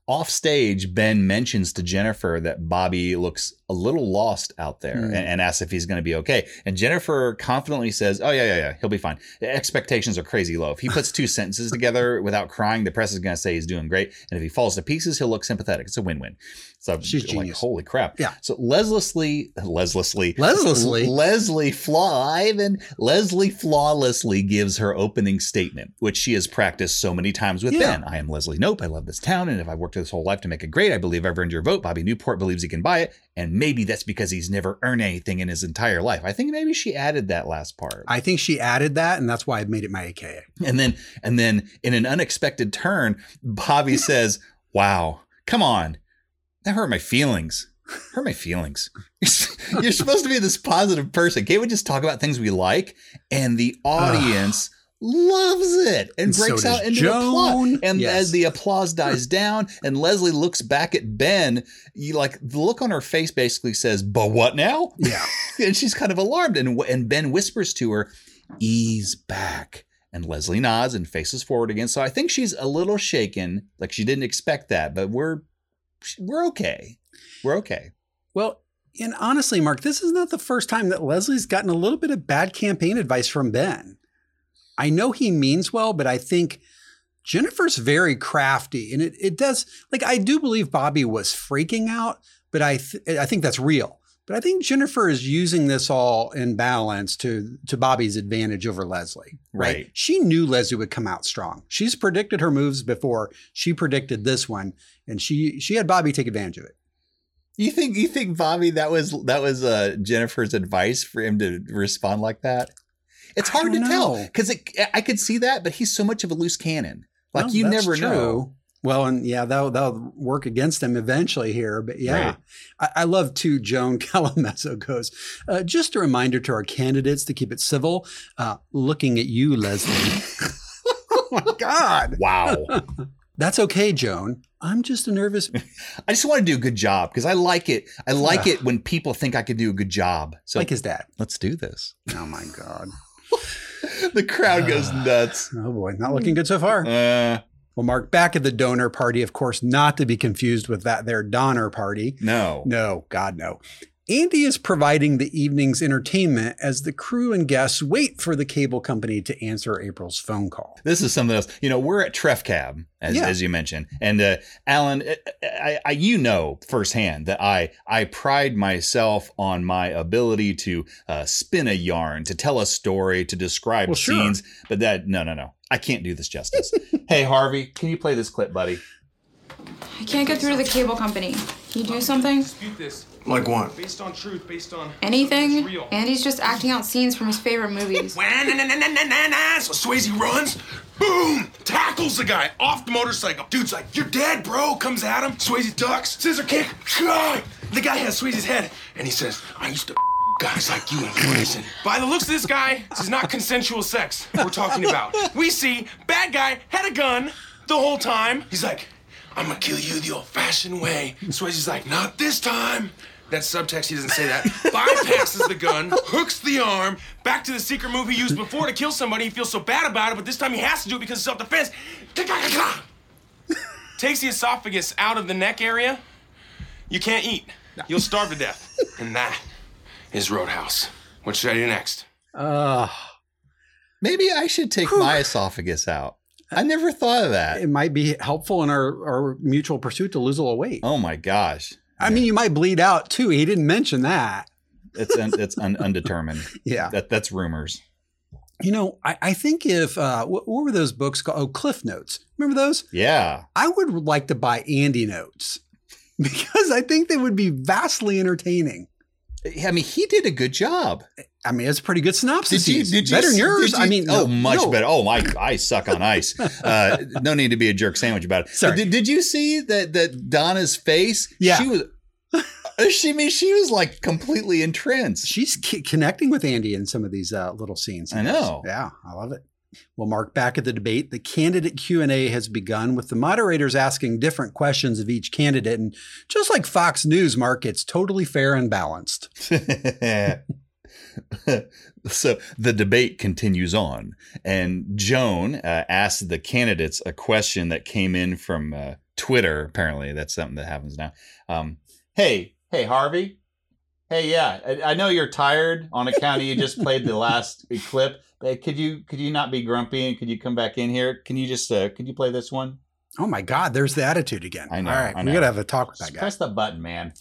Off stage, Ben mentions to Jennifer that Bobby looks a little lost out there
Hmm.
and, and asks if he's going to be okay. And Jennifer confidently says, Oh, yeah, yeah, yeah, he'll be fine. E-, Expectations are crazy low. If he
*laughs*
puts two sentences together without crying, the press is going to say he's doing great. And if he falls to pieces, he'll look sympathetic. It's a win win. So
She's
like,
genius.
holy crap.
Yeah.
So Lesliesley, Lesliesley,
Lesliesley?
Leslie Flaw, Ivan, Leslie flawlessly gives her opening statement, which she has practiced so many times with
Yeah.
Ben. I am Leslie Nope. I love this town. And if I worked this whole life to make it great, I believe I've earned your vote. Bobby Newport believes he can buy it. And maybe that's because he's never earned anything in his entire life. I think maybe she added that last part.
I think she added that, and that's why I made it my AKA.
And then, and then in an unexpected turn,
*laughs*
Bobby says, Wow, come on. That hurt my feelings. Hurt my feelings. *laughs* You're supposed to be this positive person. Can't we just talk about things we like? And the audience loves it and,
And so
breaks
does
out into a plot.
Joan.
And
Yes.
as the applause dies down and Leslie looks back at Ben, you like the look on her face basically says, But what now?
Yeah.
*laughs* and she's kind of alarmed. And and Ben whispers to her, "Ease back." And Leslie nods and faces forward again. So I think she's a little shaken, like she didn't expect that. But we're we're okay. We're okay.
Well, and honestly, Mark, this is not the first time that Leslie's gotten a little bit of bad campaign advice from Ben. I know he means well, but I think Jennifer's very crafty, and it it does like I do believe Bobby was freaking out, but I th- I think that's real. But I think Jennifer is using this all in balance to to Bobby's advantage over Leslie.
Right.
She knew Leslie would come out strong. She's predicted her moves before. She predicted this one, and she she had Bobby take advantage of it.
You think you think Bobby that was that was uh, Jennifer's advice for him to respond like that? It's
I
hard to
don't
tell
know.
because I could see that, but he's so much of a loose cannon. Like
Well,
you
that's
never know.
true. Well, and yeah, that'll, that'll work against them eventually here. But yeah,
Right.
I, I love too. Joan *laughs* Calamezzo goes, uh, just a reminder to our candidates to keep it civil. Uh, looking at you, Leslie. *laughs* oh my God.
Wow.
*laughs* That's okay, Joan. I'm just a nervous.
*laughs* I just want to do a good job because I like it. I like it when people think I could do a good job. So
like his dad.
let's do this.
Oh my God.
*laughs* The crowd goes nuts.
Ah. Oh boy. Not looking good so far.
Uh,
Well, Mark, back at the donor party, of course, not to be confused with that there donor party.
no.
No, God, no. Andy is providing the evening's entertainment as the crew and guests wait for the cable company to answer April's phone call.
This is something else. You know, we're at Tref Cab, as,
Yeah.
as you mentioned, and uh, Alan, I, I, I, you know firsthand that I, I pride myself on my ability to uh, spin a yarn, to tell a story, to describe
Well, sure.
scenes. But that, no, no, no, I can't do this justice. *laughs* hey, Harvey, can you play this clip, buddy?
I can't get through to the cable company. Can you do something?
Dispute this
Like what?
based on truth, based on
Anything?
Real.
Andy's just acting out scenes from his favorite movies.
Wah, na, na, na, na, na, na, na. So Swayze runs, boom, tackles the guy off the motorcycle. Dude's like, "You're dead, bro!" Comes at him. Swayze ducks, scissor kick. God! The guy has Swayze's head, and he says, "I used to." Guys like you in prison. By the looks of this guy, this is not consensual sex we're talking about. We see bad guy had a gun the whole time. He's like, I'm gonna kill you the old-fashioned way. Swayze's like, not this time. That subtext, he doesn't say that. Bypasses the gun, hooks the arm, back to the secret move he used before to kill somebody. He feels so bad about it, but this time he has to do it because of self-defense. Ka-ka-ka-ka. Takes the esophagus out of the neck area. You can't eat. You'll starve to death. And that is Roadhouse. What should I do next?
Uh, Maybe I should take my esophagus out. I never thought of that.
It might be helpful in our, our mutual pursuit to lose a little weight.
Oh my gosh.
I mean, you might bleed out too. He didn't mention that.
It's un, it's un, undetermined.
Yeah.
That that's rumors.
You know, I, I think if, uh, what, what were those books called? Oh, Cliff Notes. Remember those?
Yeah.
I would like to buy Andy Notes *laughs* because I think they would be vastly entertaining.
I mean, he did a good job.
I mean, it's a pretty good synopsis.
Did you- did you-
better than yours.
did you-
I mean,
oh,
no,
much
no.
better. Oh, my, I suck on
*laughs*
ice. Uh, no need to be a jerk sandwich about it. But
Sorry.
Did, did you see that that Donna's face?
Yeah.
She was. *laughs* She I mean she was like completely entranced.
She's c- connecting with Andy in some of these uh, little scenes.
I know.
Yeah, I love it. Well, Mark, back at the debate, the candidate Q&A has begun with the moderators asking different questions of each candidate. And just like Fox News, Mark, it's totally fair and
*laughs*
balanced.
so the debate continues on, and Joan uh, asked the candidates a question that came in from uh, Twitter. Apparently, that's something that happens now. Um, hey, hey, Harvey. Hey, yeah, I, I know you're tired on account of you
*laughs*
just played the last clip. But could you could you not be grumpy and could you come back in here? Can you just uh, could you play this one?
Oh my God, there's the attitude again.
I know,
All right,
I
we
know.
got to have a talk with that
Just
guy.
press the button, man.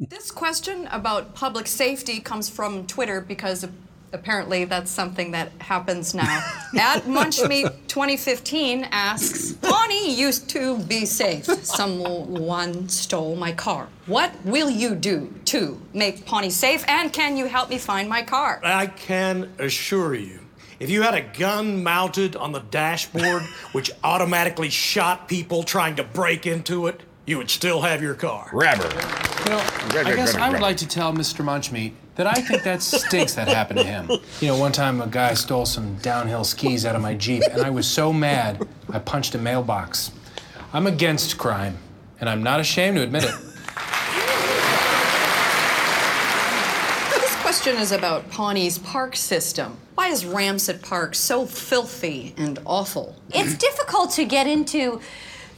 This question about public safety comes from Twitter because apparently that's something that happens now.
*laughs*
At MunchMeat2015 asks, Bonnie used to be safe. Someone stole my car. What will you do to make Pawnee safe? And can you help me find my car?
I can assure you, if you had a gun mounted on the
*laughs*
dashboard, which automatically shot people trying to break into it, you would still have your car. *laughs*
Grabber.
Well,
Grab,
I
grab,
guess
grab,
I would
grab.
like to tell Mr. Munchmeat that I think that stinks that happened to him. You know, one time a guy stole some downhill skis out of my Jeep, and I was so mad I punched a mailbox. I'm against crime, and I'm not ashamed to admit it.
This question is about Pawnee's park system. Why is Ramsett Park so filthy and awful?
It's difficult to get into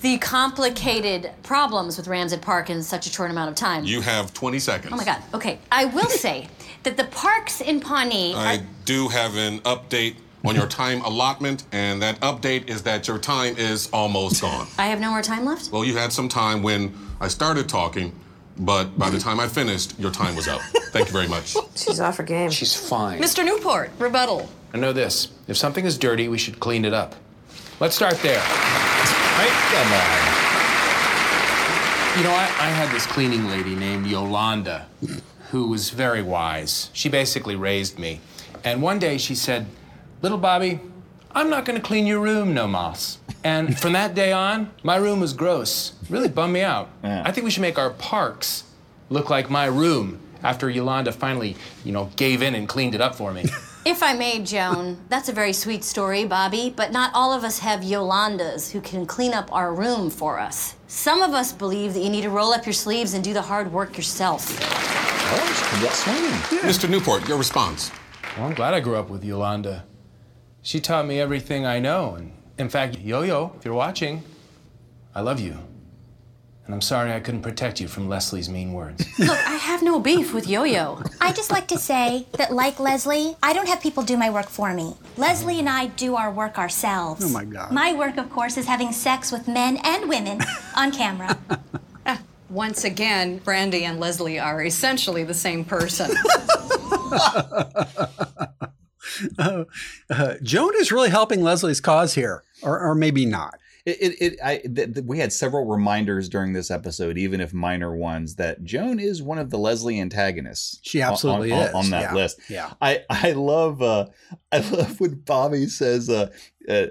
the complicated problems with Ramsett Park in such a short amount of time.
You have 20 seconds.
Oh my God. Okay.
*laughs*
I will say that the parks in Pawnee.
I
are-
do have an update on
*laughs*
your time allotment, and that update is that your time is almost
*laughs*
gone.
I have no more time left.
Well, you had some time when I started talking, but by the time I finished, your time
*laughs*
was up. Thank you very much.
She's off her game. She's fine.
Mr. Newport, rebuttal.
I know this. If something is dirty, we should clean it up. Let's start there.
Come on.
You know, I, I had this cleaning lady named Yolanda who was very wise. She basically raised me. And one day she said, Little Bobby, I'm not going to clean your room no mas. And from that day on, my room was gross. Really bummed me out. I think we should make our parks look like my room after Yolanda finally, you know, gave in and cleaned it up for me.
If I may,
*laughs*
Joan, that's a very sweet story, Bobby, but not all of us have Yolandas who can clean up our room for us. Some of us believe that you need to roll up your sleeves and do the hard work yourself.
Mr. Newport, your response.
Well, I'm glad I grew up with Yolanda. She taught me everything I know. And in fact, Yo Yo, if you're watching, I love you. And I'm sorry I couldn't protect you from Leslie's mean words.
Look, I have no beef with Yo Yo.
I just like to say that, like Leslie, I don't have people do my work for me. Leslie and I do our work ourselves.
Oh, my God.
My work, of course, is having sex with men and women on camera.
*laughs* Once again, Brandy and Leslie are essentially the same person.
Uh, uh, Joan is really helping Leslie's cause here, or, or maybe not.
It, it, it I, th- th- we had several reminders during this episode, even if minor ones, that Joan is one of the Leslie antagonists.
She
on- on-
absolutely
on,
is.
on, that
Yeah.
list.
Yeah.
I, I love, uh, I love when Bobby says, uh, uh,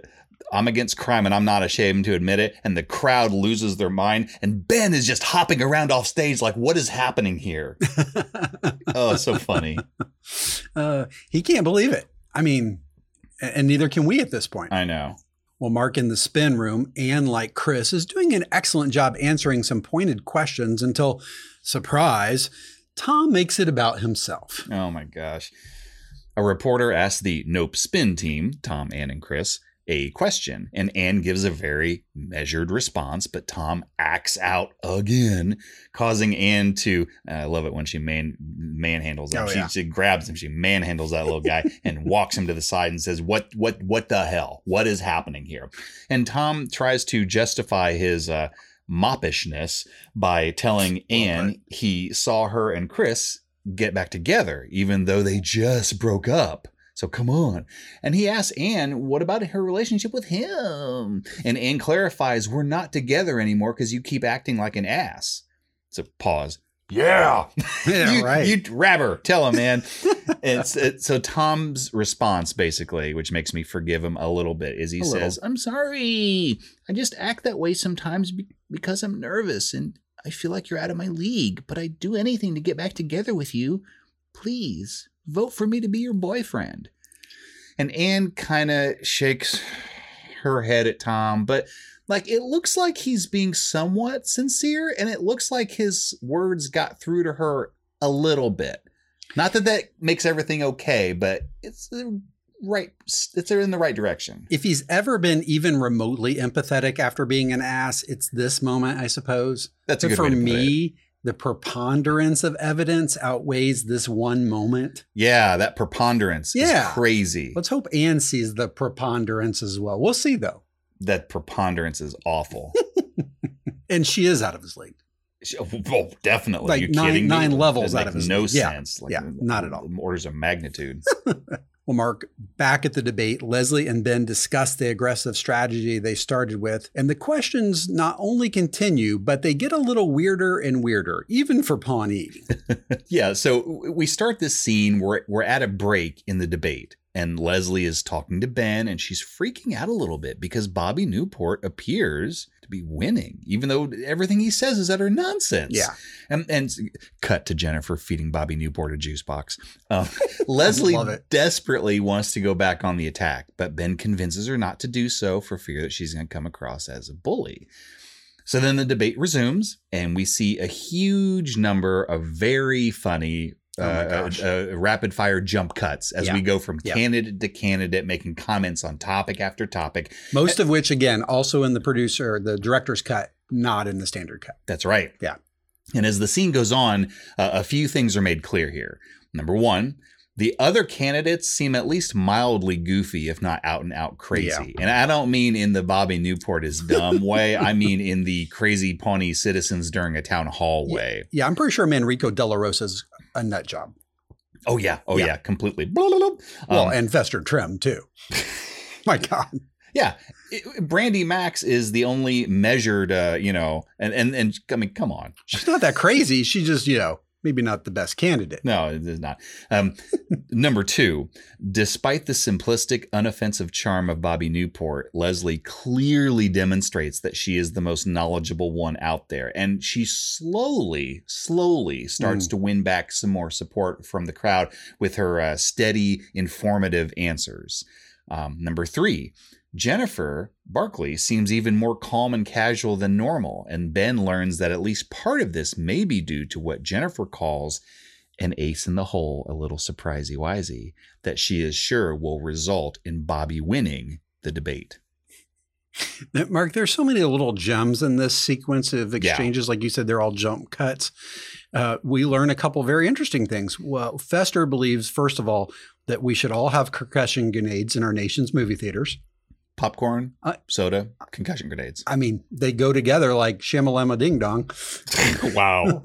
"I'm against crime and I'm not ashamed to admit it," and the crowd loses their mind, and Ben is just hopping around off stage like, "What is happening
*laughs*
here?" oh, it's so funny.
Uh, he can't believe it. I mean, a- and neither can we at this point.
I know.
Well, Mark in the spin room, and like Chris, is doing an excellent job answering some pointed questions until, surprise, Tom makes it about himself.
Oh my gosh. A reporter asked the Nope Spin team, Tom, Ann, and Chris, a question, and Anne gives a very measured response, but Tom acts out again, causing Anne to. I love it when she man manhandles him.
Oh,
she,
yeah.
she grabs him, she manhandles that little guy, and walks him to the side and says, "What, what, what the hell? What is happening here?" And Tom tries to justify his. Uh, moppishness by telling Anne he saw her and Chris get back together, even though they just broke up. So come on. And he asks Anne, what about her relationship with him? And Anne clarifies, we're not together anymore because you keep acting like an ass. So pause. Yeah. you, right. You rabber. Tell him, man. it's, it's, so Tom's response, basically, which makes me forgive him a little bit, is he
A little.
says, I'm sorry. I just act that way sometimes be- because I'm nervous and I feel like you're out of my league, but I'd do anything to get back together with you. Please vote for me to be your boyfriend. And Anne kind of shakes her head at Tom, but like it looks like he's being somewhat sincere and it looks like his words got through to her a little bit. Not that that makes everything okay, but it's the right it's in the right direction.
If he's ever been even remotely empathetic after being an ass, it's this moment, I suppose.
That's a
But
good
for
way to put
me. The preponderance of evidence outweighs this one moment.
Yeah, Ah, that preponderance
Yeah.
is crazy.
Let's hope Anne sees the preponderance as well. We'll see though.
That preponderance is awful.
*laughs* And she is out of his league.
She- oh, definitely.
Like
Are you
nine-
kidding me?
nine levels
That
out of
makes
his
no
league. Yeah.
sense.
Yeah,
not at all. Orders of magnitude.
*laughs* Well, Mark, back at the debate, Leslie and Ben discuss the aggressive strategy they started with, and the questions not only continue, but they get a little weirder and weirder, even for Pawnee. *laughs*
yeah. So w- we start this scene where we're at a break in the debate, and Leslie is talking to Ben, and she's freaking out a little bit because Bobby Newport appears to be winning, even though everything he says is utter nonsense.
Yeah.
And and s- cut to Jennifer feeding Bobby Newport a juice box.
*laughs*
Um, Leslie
Love it.
desperately wants to go back on the attack, but Ben convinces her not to do so for fear that she's going to come across as a bully. So then the debate resumes, and we see a huge number of very funny uh, uh, rapid fire jump cuts as
Oh Yeah.
we go from
Yeah.
candidate to candidate, making comments on topic after topic.
Most of which, again, also in the producer, the director's cut, not in the standard cut.
That's right.
Yeah.
And as the scene goes on, uh, a few things are made clear here. Number one, the other candidates seem at least mildly goofy, if not out and out crazy.
Yeah.
And I don't mean in the Bobby Newport is
*laughs*
dumb way. I mean in the crazy Pawnee citizens during a town hall way.
Yeah, I'm pretty sure Manrico Della Rosa's a nut job.
Oh yeah. Oh yeah. Completely.
Well,
Um,
and Vester Trim
*laughs*
too. My God.
Yeah, it- Brandy Max is the only measured, uh, you know, and and and I mean, come on,
She's not that crazy. She's just, you know, maybe not the best candidate.
No, it is not.
*laughs*
Um, number two, despite the simplistic, unoffensive charm of Bobby Newport, Leslie clearly demonstrates that she is the most knowledgeable one out there. And she slowly, slowly starts
Mm.
to win back some more support from the crowd with her uh, steady, informative answers. Um, number three, Jennifer Barkley seems even more calm and casual than normal, and Ben learns that at least part of this may be due to what Jennifer calls an ace in the hole, a little surprisey wisey, that she is sure will result in Bobby winning the debate.
Now, Mark, there's so many little gems in this sequence of
Yeah.
exchanges. Like you said, they're all jump cuts. Uh, we learn a couple very interesting things. Well, Fester believes, first of all, that we should all have concussion grenades in our nation's movie theaters. Uh,
Popcorn, soda, concussion grenades.
I mean, they go together like shamalama ding dong.
*laughs* wow.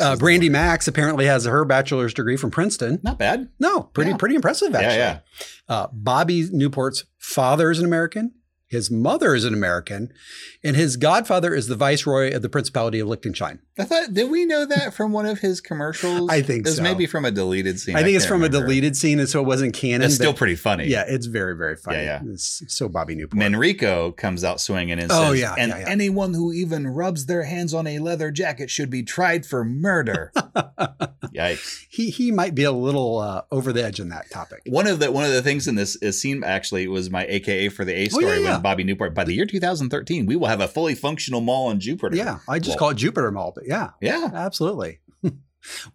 Uh, Brandy Max apparently has her bachelor's degree from Princeton.
Not bad.
No, pretty
Yeah.
pretty impressive
Yeah,
actually.
yeah.
Uh, Bobby Newport's father is an American. His mother is an American, and his godfather is the viceroy of the Principality of Liechtenstein.
I thought, did we know that from one of his commercials?
I think
it was
so.
maybe from a deleted scene.
I think it's
can't
from a
remember.
deleted scene, and so it wasn't canon.
That's still
but-
pretty funny.
Yeah, it's very very funny.
Yeah, yeah.
It's so Bobby Newport.
Manrico comes out swinging and
Oh,
Ah,
says,
yeah,
and
yeah, yeah.
anyone who even rubs their hands on a leather jacket should be tried for murder. Yikes.
He he might be a little uh, over the edge in that topic.
One of the one of the things in this uh, scene actually was my AKA for the A
Oh,
story
yeah, yeah.
when Bobby Newport. By the year 2013, we will have a fully functional mall in Jupiter.
Yeah, I just
Well,
call it Jupiter Mall, but yeah,
Yeah.
*laughs* absolutely.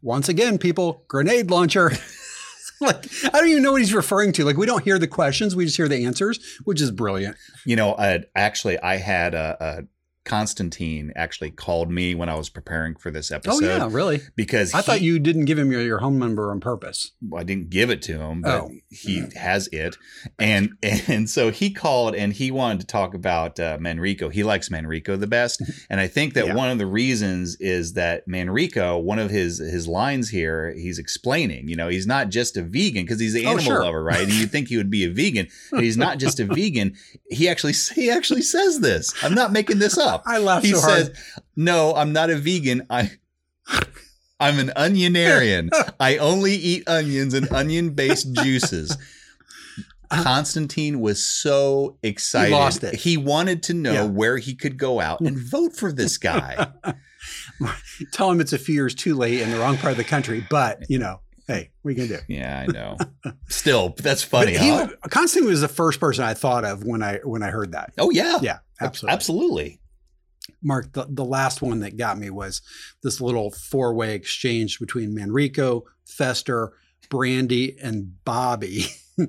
Once again, people, grenade launcher. *laughs* like, I don't even know what he's referring to. Like, we don't hear the questions, we just hear the answers, which is brilliant.
You know, uh, actually, I had a, a Constantine actually called me when I was preparing for this
Oh,
episode.
yeah, really?
Because
I
he-
thought you didn't give him your, your home number on purpose.
Well, I didn't give it to him, but
Oh.
he has it, and *laughs* and so he called and he wanted to talk about uh, Manrico. He likes Manrico
*laughs*
the best, and I think that one of the reasons is that Manrico, one of his his lines here, he's explaining. You know, he's not just a vegan because he's an
Oh,
animal
sure.
lover,
*laughs*
right? And you think he would be a vegan, but he's not just a vegan. He actually he actually says this. I'm not making this up. I laughed. He
so hard.
says, "No, I'm not a vegan. I." I'm an
*laughs*
onionarian. I only eat onions and onion based juices. Constantine was so excited.
Uh-huh. lost it.
He wanted to know
Yeah.
where he could go out and
*laughs*
vote for this guy.
Tell him it's a few years too late in the wrong part of the country, but, you know, hey, we can do.
yeah, I know. Still, but that's funny.
But he-
huh?
Constantine was the first person I thought of when I when I heard that.
Oh yeah,
yeah, absolutely,
absolutely.
Mark, the, the last one that got me was this little four way exchange between Manrico, Fester, Brandy, and Bobby. *laughs*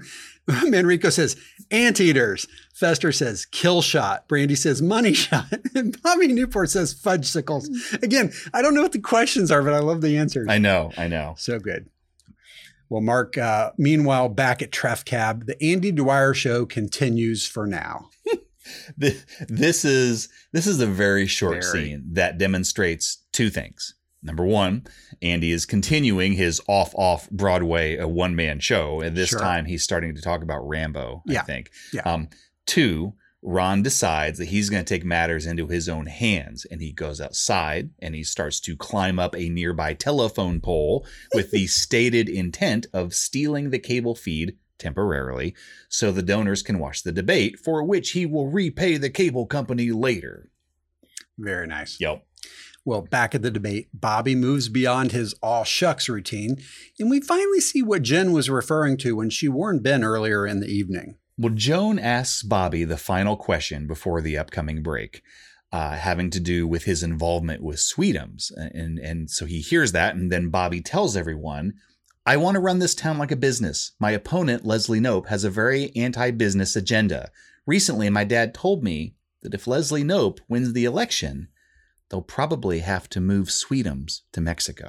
Manrico says anteaters. Fester says kill shot. Brandy says money *laughs* shot. And Bobby Newport says fudgesicles. Again, I don't know what the questions are, but I love the answers.
I know. I know.
So good. Well, Mark, uh, meanwhile, back at Tref Cab, the Andy Dwyer show continues for now.
Th- This is this is a very short
Very.
scene that demonstrates two things. Number one, Andy is continuing his off off Broadway uh, one man show, and this
Sure.
time he's starting to talk about Rambo. I
Yeah.
think.
Yeah.
Um, two, Ron decides that he's going to take matters into his own hands, and he goes outside and he starts to climb up a nearby telephone pole
*laughs*
with the stated intent of stealing the cable feed temporarily so the donors can watch the debate, for which he will repay the cable company later.
Very nice.
Yep.
Well, back at the debate, Bobby moves beyond his all shucks routine, and we finally see what Jen was referring to when she warned Ben earlier in the evening.
Well, Joan asks Bobby the final question before the upcoming break, uh, having to do with his involvement with Sweetums. And, and so he hears that, and then Bobby tells everyone, I want to run this town like a business. My opponent, Leslie Nope, has a very anti business agenda. Recently, my dad told me that if Leslie Nope wins the election, they'll probably have to move Sweetums to Mexico.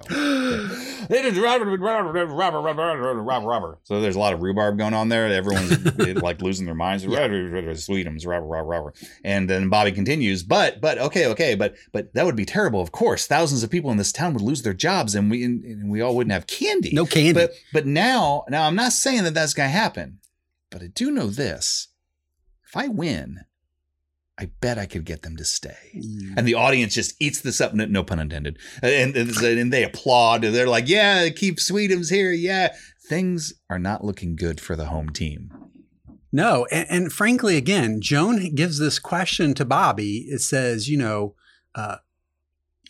It is Robert, Robert, Robert, Robert, Robert, Robert. So there's a lot of rhubarb going on there. Everyone's eh, like losing their minds. Sweetums, rubber, rubber, rubber. And then Bobby continues, but, but, okay, okay, but, but that would be terrible. Of course, thousands of people in this town would lose their jobs, and we, and, and we all wouldn't have candy. No
candy.
But, but now, now I'm not saying that that's going to happen, but I do know this: if I win, I bet I could get them to stay. And the audience just eats this up, no, no pun intended. And, and, and they applaud. And they're like, yeah, keep Sweetums here. Yeah. Things are not looking good for the home team.
No, and, and frankly, again, Joan gives this question to Bobby. It says, you know, uh,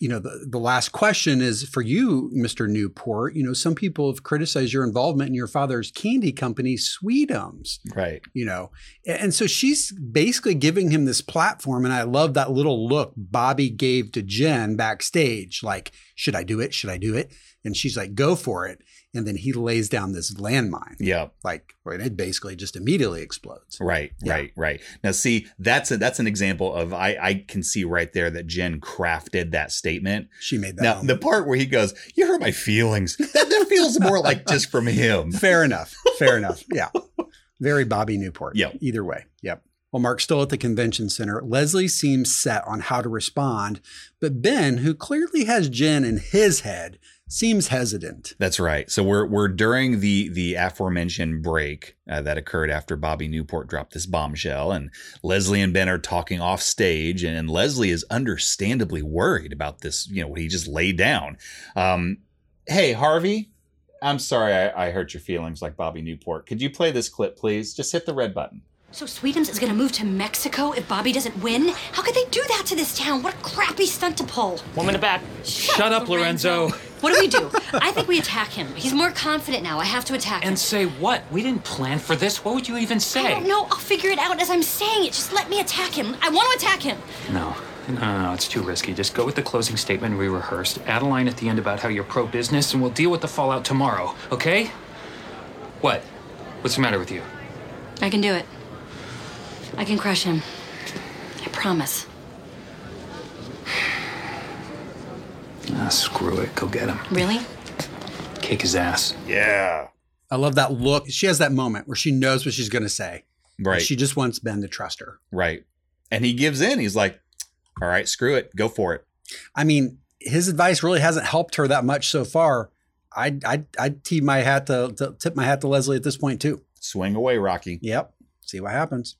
you know, the, the last question is for you, Mr. Newport. You know, some people have criticized your involvement in your father's candy company, Sweetums.
Right.
You know, A- and, so she's basically giving him this platform. And I love that little look Bobby gave to Jen backstage like, should I do it? Should I do it? And she's like, go for it. And then he lays down this landmine.
Yeah.
Like, right, it basically just immediately explodes.
Right, right, right. Now, see, that's a, that's an example of I I can see right there that Jen crafted that statement.
She made that.
Now, the part where he goes, "You hurt my feelings," that, that feels more like just from
*laughs*
him.
Fair enough. Fair enough. Yeah. Very Bobby Newport.
Yeah.
Either way. Yep. Well, Mark's still at the convention center. Leslie seems set on how to respond, but Ben, who clearly has Jen in his head, seems hesitant.
That's right. So we're we're during the the aforementioned break uh, that occurred after Bobby Newport dropped this bombshell, and Leslie and Ben are talking off stage, and, and Leslie is understandably worried about this. You know what he just laid down. Um, hey Harvey, I'm sorry I, I hurt your feelings like Bobby Newport. Could you play this clip, please? Just hit the red button.
*laughs* So Sweetums is gonna move to Mexico if Bobby doesn't win? How could they do that to this town? What a crappy stunt to pull.
Woman to bat. Shut up, Lorenzo.
What do we *laughs* do? I think we attack him. He's more confident now. I have to attack him.
And say what? We didn't plan for this. What would you even
I
say?
don't know. I'll figure it out as I'm saying it. Just let me attack him. I want to attack him.
No. No, no, no, it's too risky. Just go with the closing statement we rehearsed. Add a line at the end about how you're pro business, and we'll deal with the fallout tomorrow, okay? What? What's the matter with you?
I can do it. I can crush him. I promise.
Ah, screw it. Go get him.
Really?
Kick his ass.
Yeah.
I love that look. She has that moment where she knows what she's going to say.
Right.
She just wants Ben to trust her.
Right. And he gives in. He's like, all right, screw it. Go for it.
I mean, his advice really hasn't helped her that much so far. I I I tip my hat to, to tip my hat to Leslie at this point too.
Swing away, Rocky.
Yep. See what happens.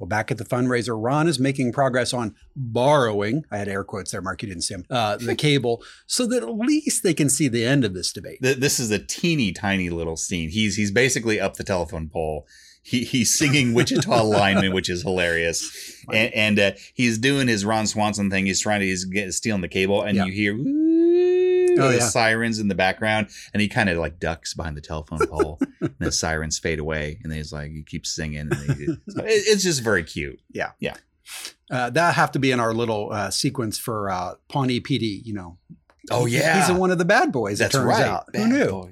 Well, back at the fundraiser, Ron is making progress on borrowing. I had air quotes there, Mark. You didn't see him. Uh,
*laughs*
the cable, so that at least they can see the end of this debate.
Th- this is a teeny tiny little scene. He's he's basically up the telephone pole. He, he's
*laughs*
singing Wichita Lineman, which is hilarious, and, and uh, he's doing his Ron Swanson thing. He's trying to he's get, stealing the cable, and you hear "Ooh,"
Oh,
the
yeah.
sirens in the background, and he kind of like ducks behind the telephone pole, and
*laughs*
the sirens fade away, and then he's like he keeps singing, and he, so it- it's just very cute.
Yeah.
Yeah.
Uh, that have to be in our little uh, sequence for uh, Pawnee PD. You know.
Oh, yeah.
He's one of the bad boys.
That's
it turns
right.
out. Who knew?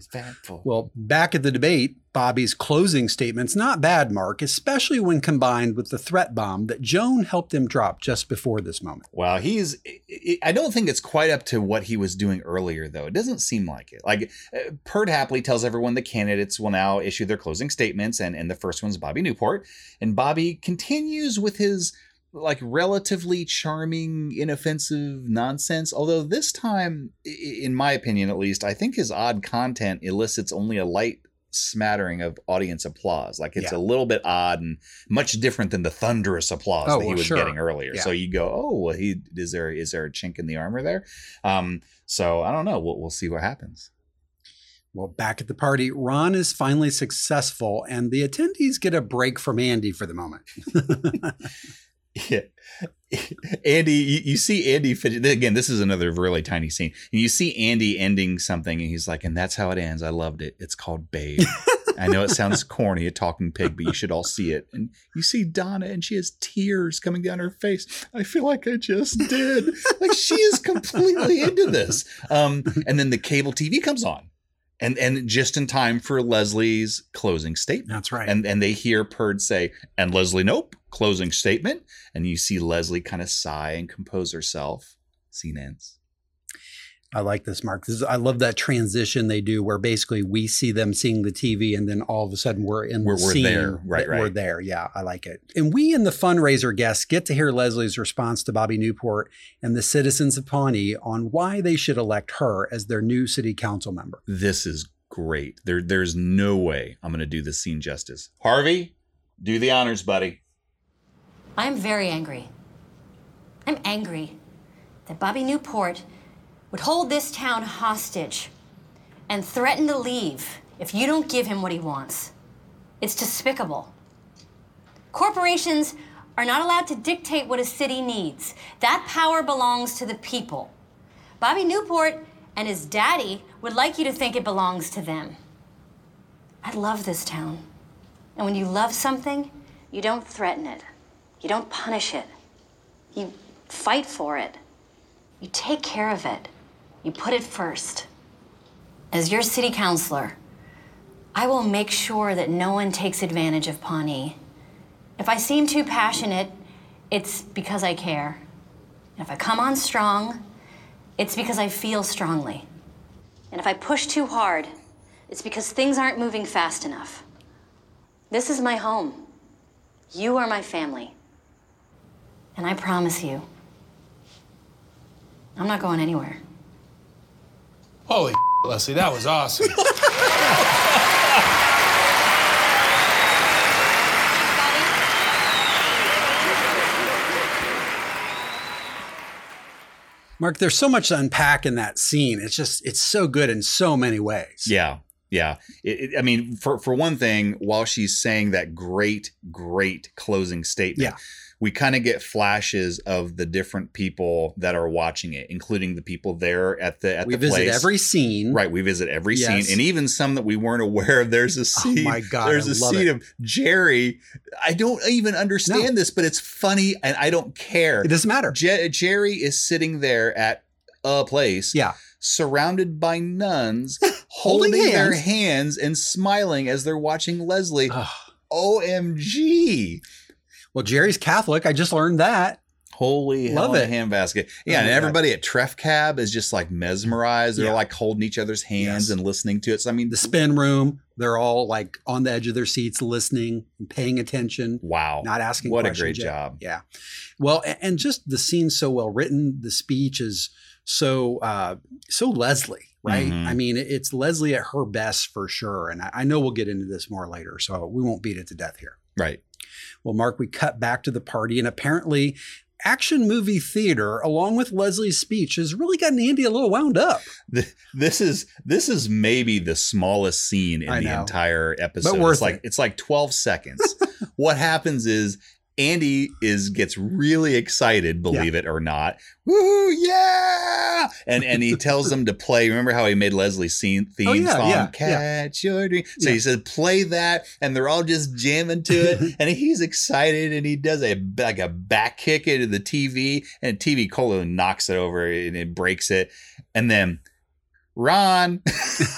Well, back at the debate, Bobby's closing statement's not bad, Mark, especially when combined with the threat bomb that Joan helped him drop just before this moment.
Wow, he's. I- I- I don't think it's quite up to what he was doing earlier, though. It doesn't seem like it. Like uh, Perd Hapley tells everyone the candidates will now issue their closing statements, and and the first one's Bobby Newport, and Bobby continues with his like relatively charming, inoffensive nonsense. Although this time, i- i- in my opinion at least, I think his odd content elicits only a light smattering of audience applause. Like it's
Yeah.
a little bit odd and much different than the thunderous applause
Oh,
that he
well,
was
sure.
getting earlier.
Yeah.
So you go, oh, well, he is there is there a chink in the armor there? Um, so I don't know. We'll, we'll see what happens.
Well, back at the party, Ron is finally successful, and the attendees get a break from Andy for the moment.
Yeah. Andy, you, you see Andy fidget again. This is another really tiny scene. And you see Andy ending something, and he's like, "And that's how it ends. I loved it. It's
*laughs*
called Babe." I know it sounds corny, a talking pig, but you should all see it. And you see Donna, and she has tears coming down her face. I feel like I just *laughs* did. Like she is completely into this. Um, and then the cable TV comes on, and and just in time for Leslie's closing statement.
That's right.
And and they hear Perd say, "And Leslie, nope, closing statement." And you see Leslie kind of sigh and compose herself. Scene ends.
I like this, Mark. This is, I love that transition they do where basically we see them seeing the TV and then all of a sudden we're in
We're-
the
we're
scene.
there. Right,
that We're
right.
there. Yeah, I like it. And we and the fundraiser guests get to hear Leslie's response to Bobby Newport and the citizens of Pawnee on why they should elect her as their new city council member.
This is great. There there's no way I'm going to do this scene justice. Harvey, do the honors, buddy.
I'm very angry. I'm angry that Bobby Newport would hold this town hostage and threaten to leave if you don't give him what he wants. It's despicable. Corporations are not allowed to dictate what a city needs. That power belongs to the people. Bobby Newport and his daddy would like you to think it belongs to them. I love this town. And when you love something, you don't threaten it. You don't punish it. You fight for it. You take care of it. You put it first. As your city councilor, I will make sure that no one takes advantage of Pawnee. If I seem too passionate, it's because I care. And if I come on strong, it's because I feel strongly. And if I push too hard, it's because things aren't moving fast enough. This is my home. You are my family. And I promise you, I'm not going anywhere.
Holy Leslie, that was awesome.
Mark, there's so much to unpack in that scene. It's just, it's so good in so many ways.
Yeah. Yeah. It, it- I mean, for, for one thing, while she's saying that great, great closing statement,
Yeah.
we kind of get flashes of the different people that are watching it, including the people there at the at
We
the
visit
place.
every scene.
Right. We visit every
Yes. Oh
scene. And even some that we weren't aware of. There's a scene.
my God,
There's
I
a
love
scene
it.
of Jerry. I don't even understand this, but it's funny and I don't care.
It doesn't matter.
Je- Jerry is sitting there at a place.
Yeah. *laughs*
Surrounded by nuns, holding, their hands and smiling as they're watching Leslie. OMG.
Well, Jerry's Catholic. I just learned that.
Holy hell
Love
in
it.
a handbasket.
Oh
Yeah, and
my God.
everybody at Tref Cab is just like mesmerized. They're
Yeah.
like holding each other's hands and listening to it. So I mean,
the spin room. They're all like on the edge of their seats, listening, and paying attention.
Wow,
not asking.
What a
questions
great
yet.
job.
Yeah, well, a- and just the scene's so well written. The speech is so uh, so Leslie, right?
Mhm.
I mean, it- it's Leslie at her best for sure. And I, I know we'll get into this more later, so we won't beat it to death here.
Right.
Well, Mark, we cut back to the party, and apparently. Action movie theater, along with Leslie's speech, has really gotten Andy a little wound up.
Th- this is this is maybe the smallest scene in
I
the
know.
entire episode.
But worth
it's like
it.
it's like 12
*laughs*
seconds. what happens is Andy is gets really excited, believe it or not. Woo, yeah! And and he tells them to play. Remember how he made Leslie's scene theme
Oh, yeah,
song?
yeah,
Catch your dream. So he said, play that, and they're all just jamming to it. and he's excited and he does a like a back kick into the TV, and TV Colo knocks it over and it breaks it. And then Ron. *laughs*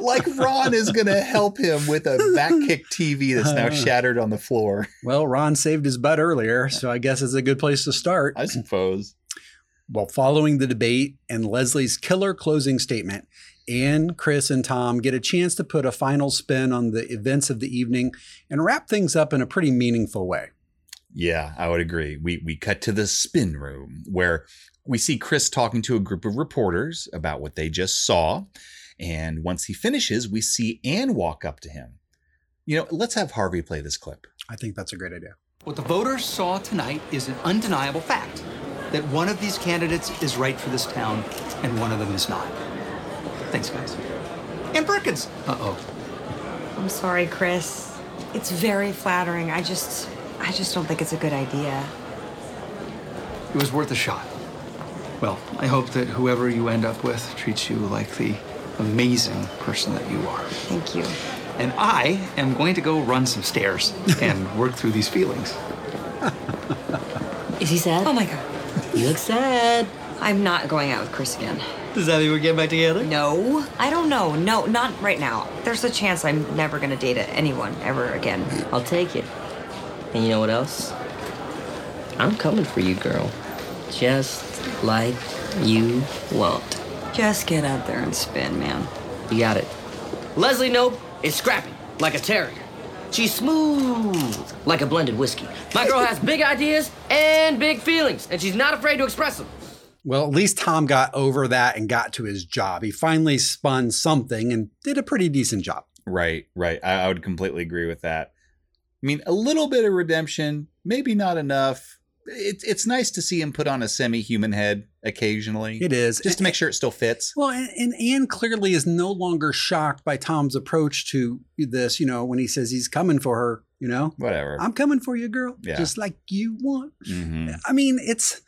like Ron is going
*laughs*
to help him with a back kick TV that's now
Uh.
shattered on the floor. *laughs*
Well, Ron saved his butt earlier, so I guess it's a good place to start. I
suppose.
Well, following the debate and Leslie's killer closing statement, Anne, Chris, and Tom get a chance to put a final spin on the events of the evening and wrap things up in a pretty meaningful way.
Yeah, I would agree. We we cut to the spin room where we see Chris talking to a group of reporters about what they just saw, and once he finishes, we see Anne walk up to him. You know, let's have Harvey play this clip.
I think that's a great idea.
What the voters saw tonight is an undeniable fact that one of these candidates is right for this town and one of them is not. Thanks, guys. And Perkins. Uh oh.
I'm sorry, Chris. It's very flattering. I just, I just don't think it's a good idea.
It was worth a shot. Well, I hope that whoever you end up with treats you like the amazing person that you are.
Thank you.
And I am going to go run some stairs
*laughs*
and work through these feelings.
Is he sad? Oh my god. You look sad. I'm not going out with Chris again.
Does that mean we're getting back together?
No, I don't know. No, not right now. There's a chance I'm never gonna date anyone ever again.
I'll take it. And you know what else? I'm coming for you, girl. Just like you won't.
Just get out there and spin, man.
You got it. Leslie Nope is scrappy, like a terrier. She's smooth, like a blended whiskey. My girl has big ideas and big feelings, and she's not afraid to express them.
Well, at least Tom got over that and got to his job. He finally spun something and did a pretty decent job.
Right, right. I, I would completely agree with that. I mean, a little bit of redemption, maybe not enough. It, it's nice to see him put on a semi-human head occasionally.
It is
just to make sure it still fits.
Well, and, and Anne clearly is no longer shocked by Tom's approach to this. You know, when he says he's coming for her, you know,
Whatever.
I'm coming for you, girl,
Yeah.
just like you want.
Mhm.
I mean, it's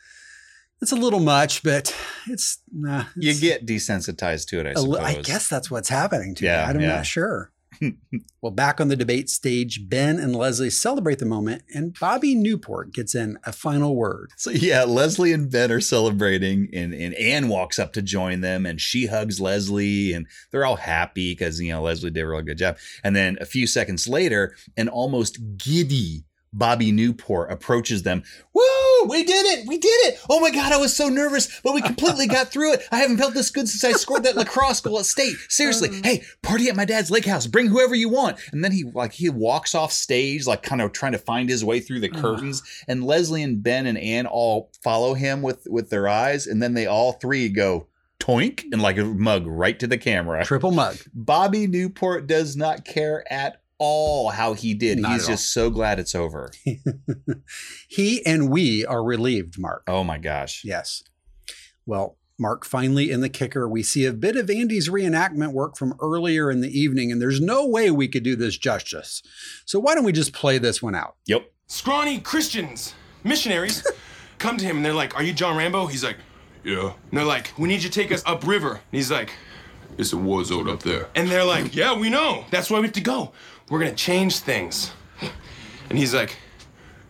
it's a little much, but it's, nah,
You get desensitized to it, I
a
suppose.
li- I guess that's what's happening to
Yeah,
me. I'm
yeah.
not
*laughs*
sure. well, back on the debate stage, Ben and Leslie celebrate the moment, and Bobby Newport gets in a final word.
So yeah, Leslie and Ben are celebrating, and and Anne walks up to join them, and she hugs Leslie, and they're all happy because you know Leslie did a real good job. And then a few seconds later, an almost giddy Bobby Newport approaches them. Woo! We did it! We did it! Oh my god, I was so nervous, but we completely got through it. I haven't felt this good since I
*laughs*
scored that lacrosse goal at state.
Uh.
Seriously, hey, party at my dad's lake house. Bring whoever you want. And then he like he walks off stage, like kind of trying to find his way through the
Ugh.
curtains. And Leslie and Ben and Ann all follow him with with their eyes, and then they all three go toink and like a mug right to the camera.
Triple mug.
Bobby Newport does not care at all how he did.
Not
He's
at all.
just so glad it's over.
*laughs* He and we are relieved, Mark.
Oh my gosh.
Yes. Well, Mark, finally in the kicker, we see a bit of Andy's reenactment work from earlier in the evening, and there's no way we could do this justice. So why don't we just play this one out?
Yep.
Scrawny Christians, missionaries, come to him and they're like, Are you John Rambo? He's like, Yeah. And they're like, We need you to take us upriver. And he's like, It's a war zone up there. And they're like, Yeah, we know. That's why we have to go. We're gonna change things. *laughs* And he's like,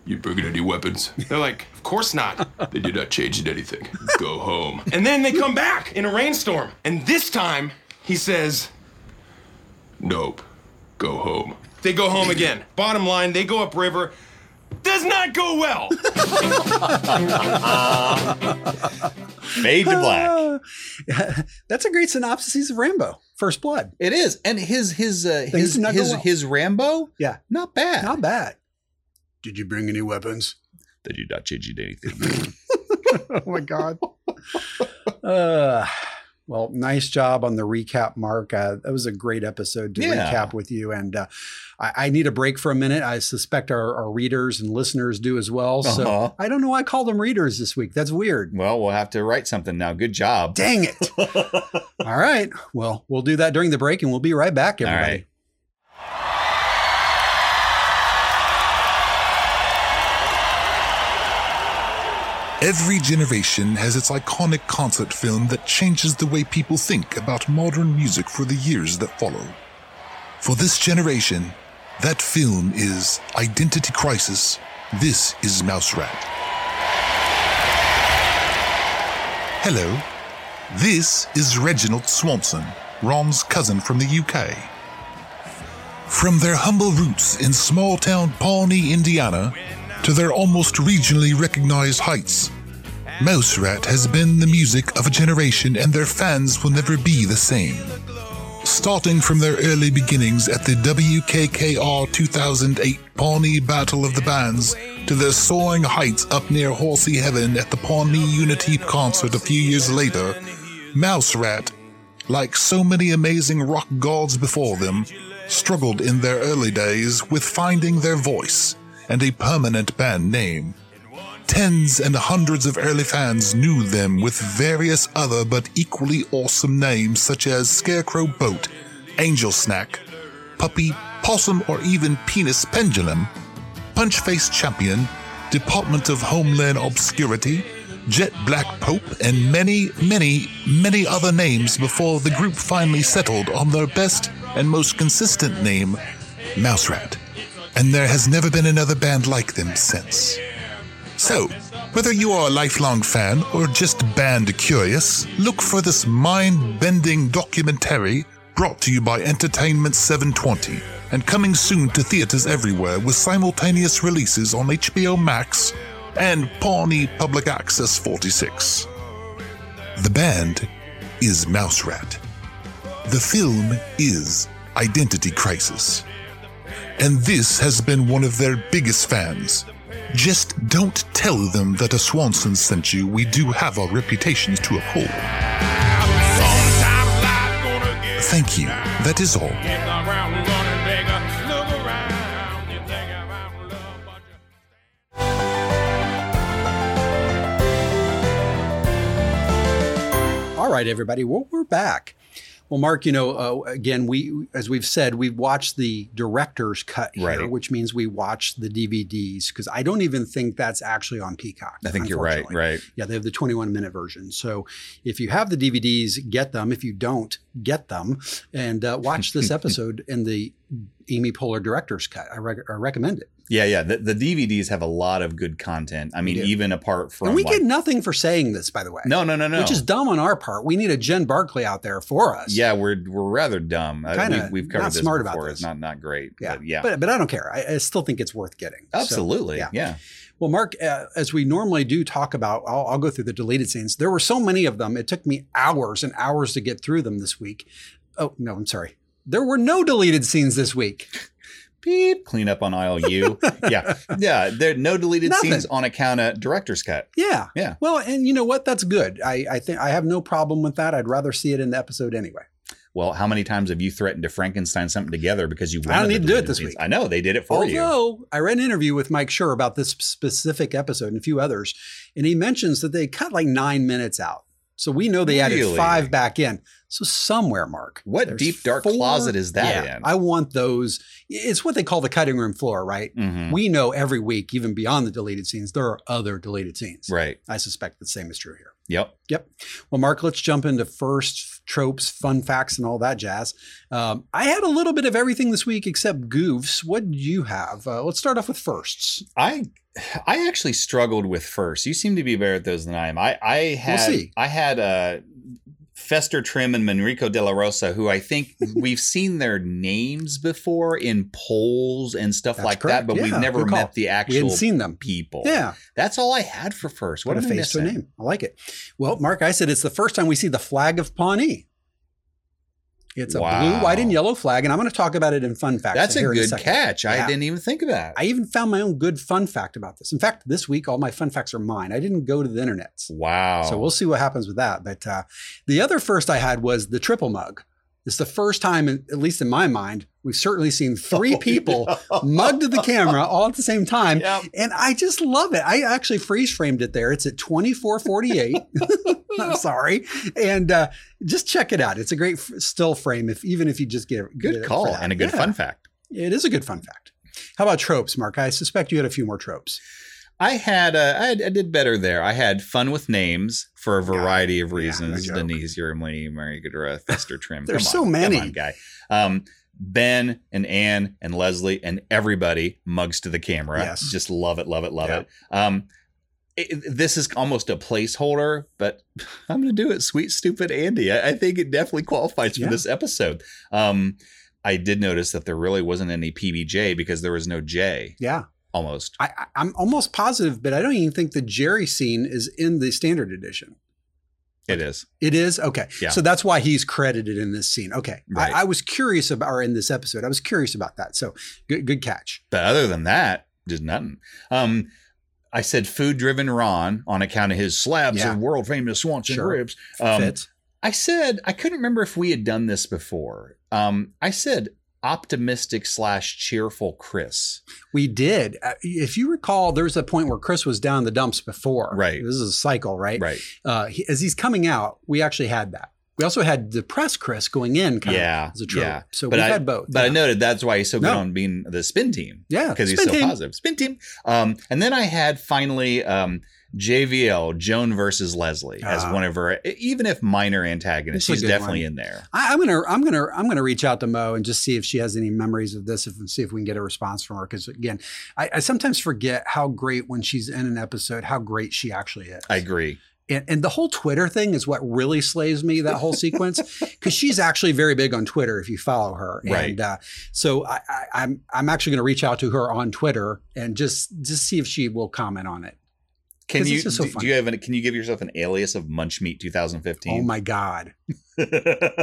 You bringing any weapons? They're like, Of course not. then you're not changing anything. Go home. And then they come back in a rainstorm. And this time he says, Nope. Go home.
They go home again. Bottom line, they go upriver. Does not go well.
*laughs*
Fade to black.
*laughs* That's a great synopsis of Rambo. First Blood.
It is, and his his uh,
Things
his
did not go
his
well.
his Rambo.
Yeah.
Not bad.
Not bad. Did you bring any weapons?
They did not change anything.
*laughs* oh my god. Uh, well, nice job on the recap, Mark. Uh, that was a great episode to
Yeah.
recap with you, and uh, I, I need a break for a minute. I suspect our, our readers and listeners do as well. So
Uh-huh.
I don't know why I called them readers this week. That's weird.
well, we'll have to write something now. Good job.
Dang it! All right. Well, we'll do that during the break, and we'll be right back,
All
everybody.
right.
Every generation has its iconic concert film that changes the way people think about modern music for the years that follow. For this generation, that film is Identity Crisis. This is Mouse Rat. Hello. This is Reginald Swanson, Rom's cousin from the UK. From their humble roots in small town Pawnee, Indiana, to their almost regionally recognized heights, Mouse Rat has been the music of a generation and their fans will never be the same. Starting from their early beginnings at the WKKR 2008 Pawnee Battle of the Bands to their soaring heights up near Horsey Heaven at the Pawnee Unity concert a few years later, Mouse Rat, like so many amazing rock gods before them, struggled in their early days with finding their voice and a permanent band name. Tens and hundreds of early fans knew them with various other but equally awesome names such as Scarecrow Boat, Angel Snack, Puppy, Possum, or even Penis Pendulum, Punch Face Champion, Department of Homeland Obscurity, Jet Black Pope, and many, many, many other names before the group finally settled on their best and most consistent name, Mouse Rat. And there has never been another band like them since. So, whether you are a lifelong fan or just band curious, look for this mind bending documentary brought to you by Entertainment 720 and coming soon to theaters everywhere with simultaneous releases on HBO Max and Pawnee Public Access 46. The band is Mouse Rat. The film is Identity Crisis. And this has been one of their biggest fans. Just don't tell them that a Swanson sent you. We do have our reputations to uphold. Thank you. That is all.
All right, everybody. Well, we're back. Well, Mark, you know, uh, again, we as we've said, we watched the director's cut here,
Right.
which means we watched the DVDs because I don't even think that's actually on Peacock.
I think you're right.
unfortunately.
Right.
Yeah, they have the 21 minute version. So if you have the DVDs, get them. If you don't, get them and uh, watch
*laughs*
this episode in the Amy Poehler director's cut. I, rec- I recommend it.
Yeah, yeah. The, the DVDs have a lot of good content. I mean,
do.
even apart from
and we
like-
get nothing for saying this, by the way.
no, no, no, no.
Which is dumb on our part. We need a Jen Barkley out there for us.
yeah, we're we're rather dumb. Uh,
Kinda
we've, we've covered
not
this
smart about
before.
this.
It's not not great.
Yeah.
but yeah.
But, but I don't care. I, I still think it's worth getting. So,
Absolutely.
yeah.
yeah.
Well, Mark, uh, as we normally do talk about, I'll, I'll go through the deleted scenes. There were so many of them. It took me hours and hours to get through them this week. Oh, no, I'm sorry. There were no deleted scenes this week.
*laughs* Beep. Clean up on aisle
*laughs*
U. yeah. Yeah. There no deleted
Nothing.
scenes on account of director's cut.
Yeah.
Yeah.
Well, and you know what? That's good. I, I think I have no problem with that. I'd rather see it in the episode anyway.
Well, how many times have you threatened to Frankenstein something together because you wanted
I don't
the
need to do it
deleted
this
scenes?
week.
I know they did it for you.
Although I read an interview with Mike Schur about this specific episode and a few others, and he mentions that they cut like nine minutes out. So we know they added
Really?
five back in. So somewhere, Mark.
What
there's
deep dark
four-
closet is that
Yeah,
in?
I want those. It's what they call the cutting room floor, right?
Mhm.
We know every week, even beyond the deleted scenes, there are other deleted scenes.
right.
I suspect the same is true here.
Yep.
Yep. Well, Mark, let's jump into first tropes, fun facts, and all that jazz. Um, I had a little bit of everything this week except goofs. What did you have? Uh, let's start off with firsts.
I I actually struggled with first. You seem to be better at those than I am. I I had
see.
I had uh Fester Trim and Manrico De La Rosa, who
*laughs*
I think we've seen their names before in polls and stuff
That's
like
correct.
that, but
Yeah,
we've never
good call.
met the
We
actual
hadn't seen them.
people.
Yeah.
That's all I had for first. What
Put
am
a
I
face to a
missing?
name. I like it. Well, Mark, I said it's the first time we see the flag of Pawnee. It's a blue,
Wow.
white, and yellow flag, and I'm going to talk about it in fun facts.
That's a
here in
good
second.
catch. I
Yeah.
didn't even think of that.
I even found my own good fun fact about this. In fact, this week all my fun facts are mine. I didn't go to the internet.
Wow.
So we'll see what happens with that. But uh, the other first I had was the triple mug. It's the first time, in- at least in my mind, we've certainly seen
*laughs* Oh,
three people mugged to the camera all at the same time. And I just love it. I actually freeze framed it there. It's at 2448. *laughs* I'm sorry. And uh, just check it out. It's a great f- still frame, if even if you just get it.
Good call and a good fun fact.
It is a good fun fact. How about tropes, Mark? I suspect you had a few more tropes.
I had, uh, I, had- I did better there. I had fun with names for a variety of reasons. Denise Yermley, Mary Goodera,
*laughs*
Fester Trim.
There's
Come
so
on.
many.
Come on, guy. Um, ben and Anne and Leslie and everybody mugs to the camera.
Yes.
Just love it, love it, love it. Um, it- This is almost a placeholder, but *laughs* I'm going to do it. Sweet, stupid Andy. I, I think it definitely qualifies for
Yeah.
this episode. Um, I did notice that there really wasn't any PBJ because there was no J.
Yeah.
Almost.
I, I- I'm almost positive, but I don't even think the Jerry scene is in the standard edition.
It is.
*laughs* It is okay.
Yeah.
So that's why he's credited in this scene. Okay.
Right.
I, I was curious about, or in this episode, I was curious about that. So good, good catch.
But other than that, just nothing. Um, I said food driven Ron on account of his slabs
Yeah.
of world famous Swanson
Sure.
ribs. Um,
Fits.
I said, I couldn't remember if we had done this before. Um, I said optimistic slash cheerful Chris.
We did. Uh, If you recall, there's a point where Chris was down in the dumps before. Right. This is a cycle, right?
Right.
Uh, he, as he's coming out, we actually had that. We also had depressed Chris going in. Kind
yeah.
Of, as a trope.
yeah.
So
But
we've
I,
had both.
But I noted that's why he's so good
No.
on being the spin team.
Yeah,
Because he's so
spin team.
positive. Spin team. Um, and then I had finally um, JVL, Joan versus Leslie, as
Ah.
one of her, even if minor antagonists,
That's a
she's
good
definitely
one.
in there.
I, I'm gonna I'm gonna I'm gonna reach out to Mo and just see if she has any memories of this, if, and see if we can get a response from her. Because again, I, I sometimes forget how great when she's in an episode, how great she actually is.
I agree.
And, and the whole Twitter thing is what really slays me. That whole sequence,
*laughs*
because she's actually very big on Twitter. If you follow her,
Right.
And, uh, so I, I, I'm I'm actually going to reach out to her on Twitter and just just see if she will comment on it.
Can
'Cause
you
it's just so
do, do
fun.
you have an, can you give yourself an alias of Munch Meat 2015?
Oh my
*laughs*
god,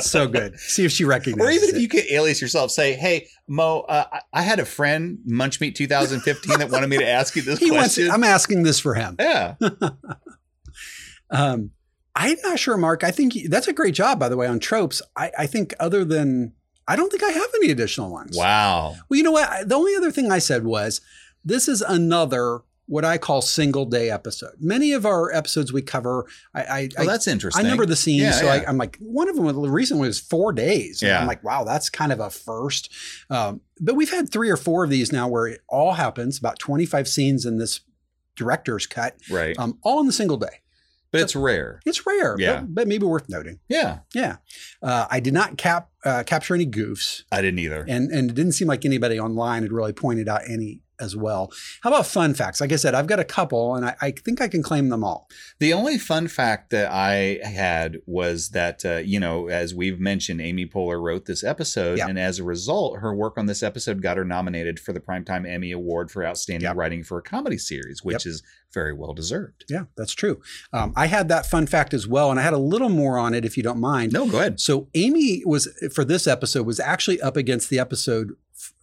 so good. See if she
Or
recognizes.
even
it.
if you could alias yourself, say, "Hey Mo, uh, I- I had a friend Munch Meat 2015 that wanted me to ask you
*laughs*
this
he wants
question."
it. I'm asking this for him.
Yeah.
um, I'm not sure, Mark. I think you- that's a great job, by the way, on tropes. I, I think other than I don't think I have any additional ones.
wow.
Well, you know what? I- The only other thing I said was this is another what I call single day episode. Many of our episodes we cover, I, I
Oh,
I-
that's interesting.
I number the scenes,
Yeah,
so
yeah.
I, I'm like, one of them was- recently was four days. And
Yeah.
I'm like, wow, that's kind of a first. Um, but we've had three or four of these now where it all happens. About 25 scenes in this director's cut,
Right.
um, all in the single day.
but it's rare.
It's rare, but-
Yeah.
but, maybe worth noting.
Yeah.
Yeah. Uh, I did not cap uh, capture any goofs,
I didn't either.
and, and it didn't seem like anybody online had really pointed out any as well. How about fun facts? Like I said, I've got a couple, and I, I think I can claim them all.
The only fun fact that I had was that, uh, you know, as we've mentioned, Amy Poehler wrote this episode. And as a result, her work on this episode got her nominated for the Primetime Emmy Award for Outstanding Writing for a Comedy Series, which is very well deserved.
Yeah, that's true. Um, I had that fun fact as well, and I had a little more on it if you don't mind.
No, go ahead.
So Amy was for this episode was actually up against the episode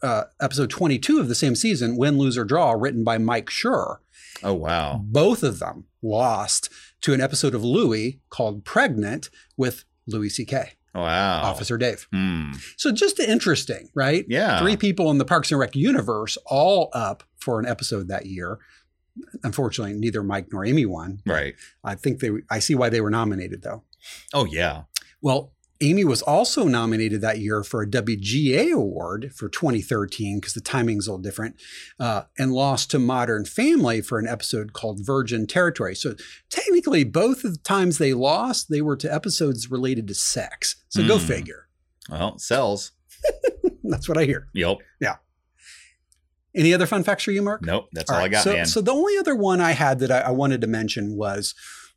uh, episode twenty two of the same season, Win, Lose or Draw, written by Mike Schur.
Oh, wow.
Both of them lost to an episode of Louis called Pregnant with Louis C.K.
Wow.
Officer Dave.
Hmm.
So just interesting, right?
Yeah.
Three people in the Parks and Rec universe all up for an episode that year. Unfortunately, neither Mike nor Amy won.
Right.
I think they I see why they were nominated though.
Oh, yeah.
Well, Amy was also nominated that year for a WGA award for 2013 because the timing's a little different, uh, and lost to Modern Family for an episode called Virgin Territory. So technically, both of the times they lost, they were to episodes related to sex. So go
Hmm.
figure. *laughs*
Well, it sells.
That's what I hear.
Yep.
Yeah. Any other fun facts for you, Mark?
Nope. That's
All
all I
right,
got,
so,
man.
So the only other one I had that I, I wanted to mention was,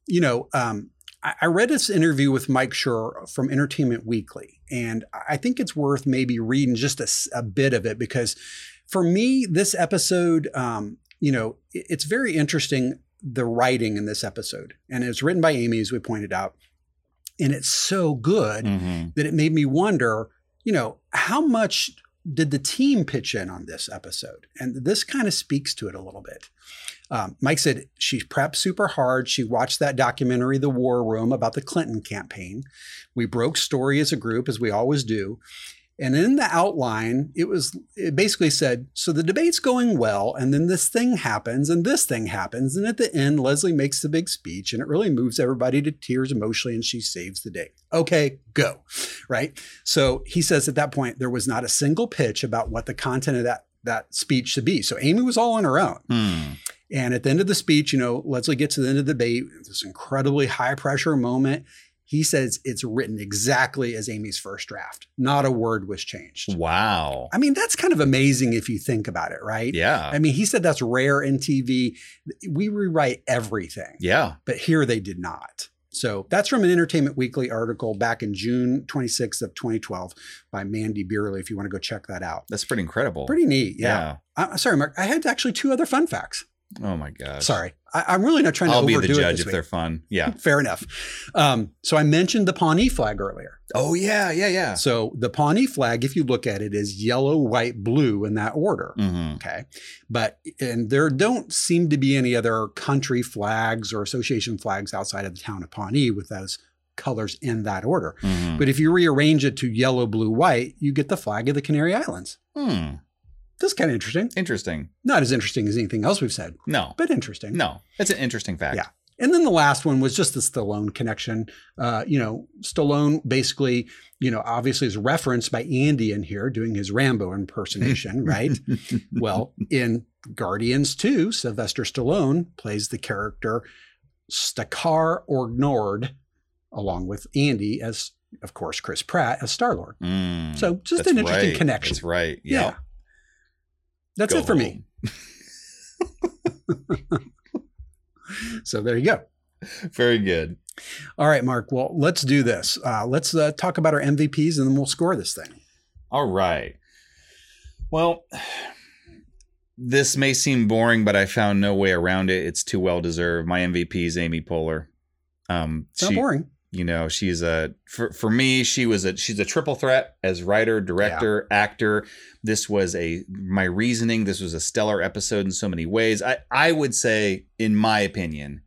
you know, um, I, I read this interview with Mike Schur from Entertainment Weekly, and I think it's worth maybe reading just a, s- a bit of it because for me, this episode, um, you know, it- it's very interesting the writing in this episode, and it's written by Amy, as we pointed out, and it's so good that it made me wonder, you know, how much did the team pitch in on this episode? And this kind of speaks to it a little bit. Um, Mike said she prepped super hard. She watched that documentary, The War Room, about the Clinton campaign. We broke story as a group, as we always do. And in the outline, it was it basically said, so the debate's going well, and then this thing happens, and this thing happens, and at the end, Leslie makes the big speech, and it really moves everybody to tears emotionally, and she saves the day. Okay, go, right? So he says at that point there was not a single pitch about what the content of that that speech should be. So Amy was all on her own. And at the end of the speech, you know, Leslie gets to the end of the debate, this incredibly high pressure moment. He says it's written exactly as Amy's first draft. Not a word was changed.
Wow.
I mean, that's kind of amazing if you think about it, right?
Yeah.
I mean, he said that's rare in TV. We rewrite everything.
Yeah.
But here they did not. So that's from an Entertainment Weekly article back in June 26th of 2012 by Mandy Beerley, if you want to go check that out.
That's pretty incredible.
Pretty neat. Yeah. I- I'm sorry, Mark. I had actually two other fun facts.
Oh my gosh.
Sorry. I, I'm really not trying to
I'll be
overdo
the
it
judge
this
if
week.
they're fun. Yeah.
Fair enough. Um, so I mentioned the Pawnee flag earlier.
Oh yeah, yeah, yeah.
So the Pawnee flag, if you look at it, is yellow, white, blue in that order.
Mm-hmm.
Okay, but and there don't seem to be any other country flags or association flags outside of the town of Pawnee with those colors in that order. *laughs*
Hmm.
But if you rearrange it to yellow, blue, white, you get the flag of the Canary Islands.
Hmm.
That's kind of interesting.
Interesting.
Not as interesting as anything else we've said.
No.
But interesting.
No. It's an interesting fact.
Yeah. And then the last one was just the Stallone connection. Uh, you know, Stallone basically, you know, obviously is referenced by Andy in here doing his Rambo
*laughs*
impersonation, right? well, in Guardians 2, Sylvester Stallone plays the character Stakar Orgnord, along with Andy as, of course, Chris Pratt as Star Lord. *laughs*
Mm,
So just
that's
an interesting
right.
connection.
That's right.
Yeah.
Yeah.
That's
Go
it for me.
*laughs*
so there you go.
Very good.
All right, Mark. Well, let's do this. Uh, let's uh, talk about our MVPs and then we'll score this thing.
All right. Well, this may seem boring, but I found no way around it. It's too well deserved. My MVP is Amy Poehler. Um,
It's not boring.
You know, she's a for for me. She was a she's a triple threat as writer, director, actor. This was a my reasoning. This was a stellar episode in so many ways. I I would say, in my opinion,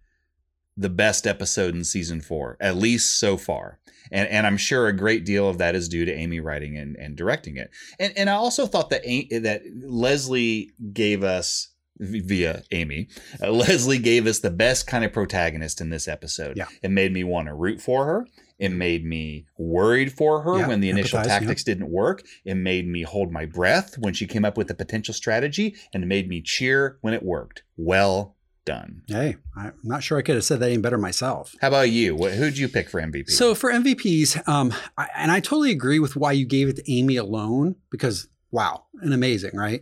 the best episode in season four, at least so far. And and I'm sure a great deal of that is due to Amy writing and, and directing it. And and I also thought that A- that Leslie gave us v- via Amy, uh, Leslie gave us the best kind of protagonist in this episode.
Yeah.
It made me want to root for her. It made me worried for her
Yeah,
when the initial
empathize, yeah.
tactics didn't work. It made me hold my breath when she came up with a potential strategy and it made me cheer when it worked. Well done.
Hey, I'm not sure I could have said that any better myself.
How about you? What, who'd you pick for MVP?
So for MVPs, um, I, and I totally agree with why you gave it to Amy alone because wow, and amazing, right?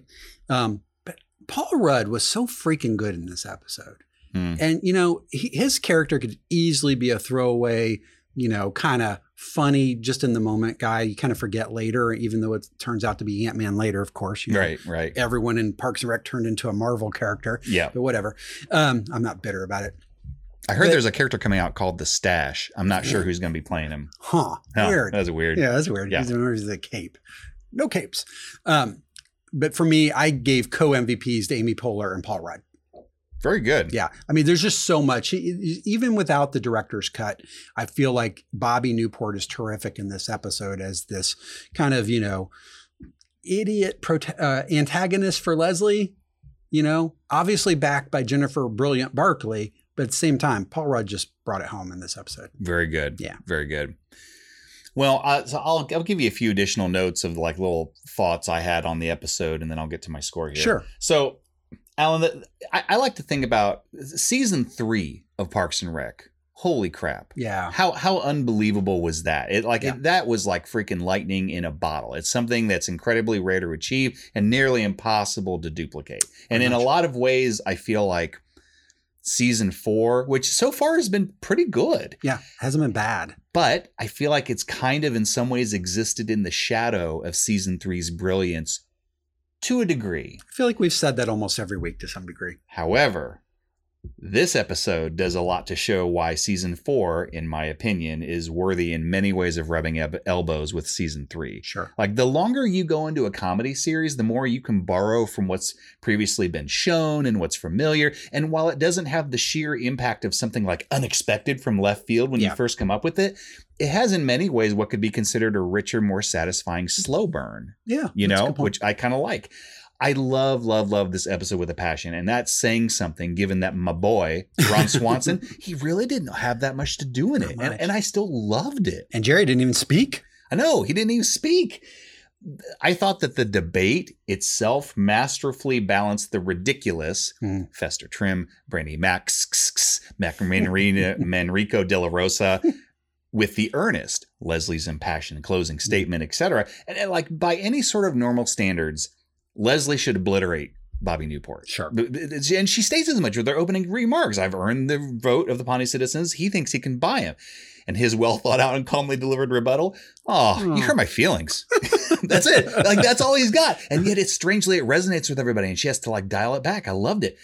Um, but Paul Rudd was so freaking good in this episode.
Mm.
And you know, he, his character could easily be a throwaway, you know, kind of funny, just in the moment guy. You kind of forget later, even though it turns out to be Ant Man later, of course. You know,
Right, right.
Everyone in Parks and Rec turned into a Marvel character.
Yeah.
but whatever. Um, I'm not bitter about it.
I heard
But-
there's a character coming out called the Stash. I'm not sure who's going to be playing him.
Huh.
Huh,
Weird.
that's weird.
Yeah, that's weird.
Yeah.
He's wears the cape. No capes. Um, but for me, I gave co MVPs to Amy Poehler and Paul Rudd.
Very good.
Yeah. I mean, there's just so much. E- e- Even without the director's cut, I feel like Bobby Newport is terrific in this episode as this kind of, you know, idiot prota- uh, antagonist for Leslie, you know, obviously backed by Jennifer Brilliant Barkley, but at the same time, Paul Rudd just brought it home in this episode.
Very good.
Yeah.
Very good. Well, uh, so I'll, I'll give you a few additional notes of like little thoughts I had on the episode, and then I'll get to my score here.
Sure.
So, Alan, the, I, I like to think about season three of Parks and Rec. Holy crap!
Yeah.
How how unbelievable was that? It like it, that was like freaking lightning in a bottle. It's something that's incredibly rare to achieve and nearly impossible to duplicate. And in a lot of ways, I feel like season four, which so far has been pretty good.
Yeah, hasn't been bad.
But I feel like it's kind of in some ways existed in the shadow of season three's brilliance to a degree.
I feel like we've said that almost every week to some degree.
However, this episode does a lot to show why season four, in my opinion, is worthy in many ways of rubbing eb- elbows with season three.
Sure.
Like the longer you go into a comedy series, the more you can borrow from what's previously been shown and what's familiar. And while it doesn't have the sheer impact of something like unexpected from left field when you first come up with it, it has in many ways what could be considered a richer, more satisfying slow burn.
Yeah. *laughs*
You
that's a
know,
good point.
which I kind of like. I love, love, love this episode with a passion. And that's saying something given that my boy,
*laughs*
Ron Swanson, he really didn't have that much to do in it. And, and I still loved it.
And Jerry didn't even speak.
I know, he didn't even speak. I thought that the debate itself masterfully balanced the ridiculous Fester Trim, Brandy Max, Mac Manrina, Manrico De La Rosa with the earnest, Leslie's impassioned closing statement, etc. And, and like by any sort of normal standards, Leslie should obliterate Bobby Newport. Sure. And she states as much with her opening remarks. I've earned the vote of the Pawnee citizens. He thinks he can buy him. And his well thought out and calmly delivered rebuttal. Oh, you hurt my feelings. that's it. Like that's all he's got. And yet it strangely it resonates with everybody, and she has to like dial it back. I loved it.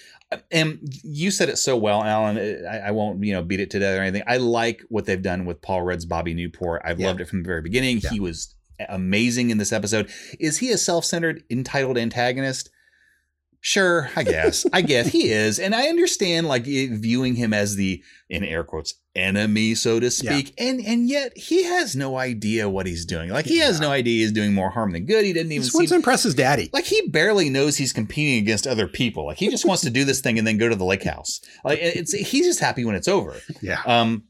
And you said it so well, Alan. I, I won't you know beat it to death or anything. I like what they've done with Paul Rudd's Bobby Newport. I've loved it from the very beginning. He was amazing in this episode. Is he a self-centered, entitled antagonist? Sure, I guess. I guess he is. And I understand like it- viewing him as the in air quotes enemy, so to speak. And and yet he has no idea what he's doing. Like he has no idea he's doing more harm than good. He didn't even
Just wants to impress his daddy.
Like he barely knows he's competing against other people. Like he just wants to do this thing and then go to the lake house. Like it's he's just happy when it's over.
Yeah.
Um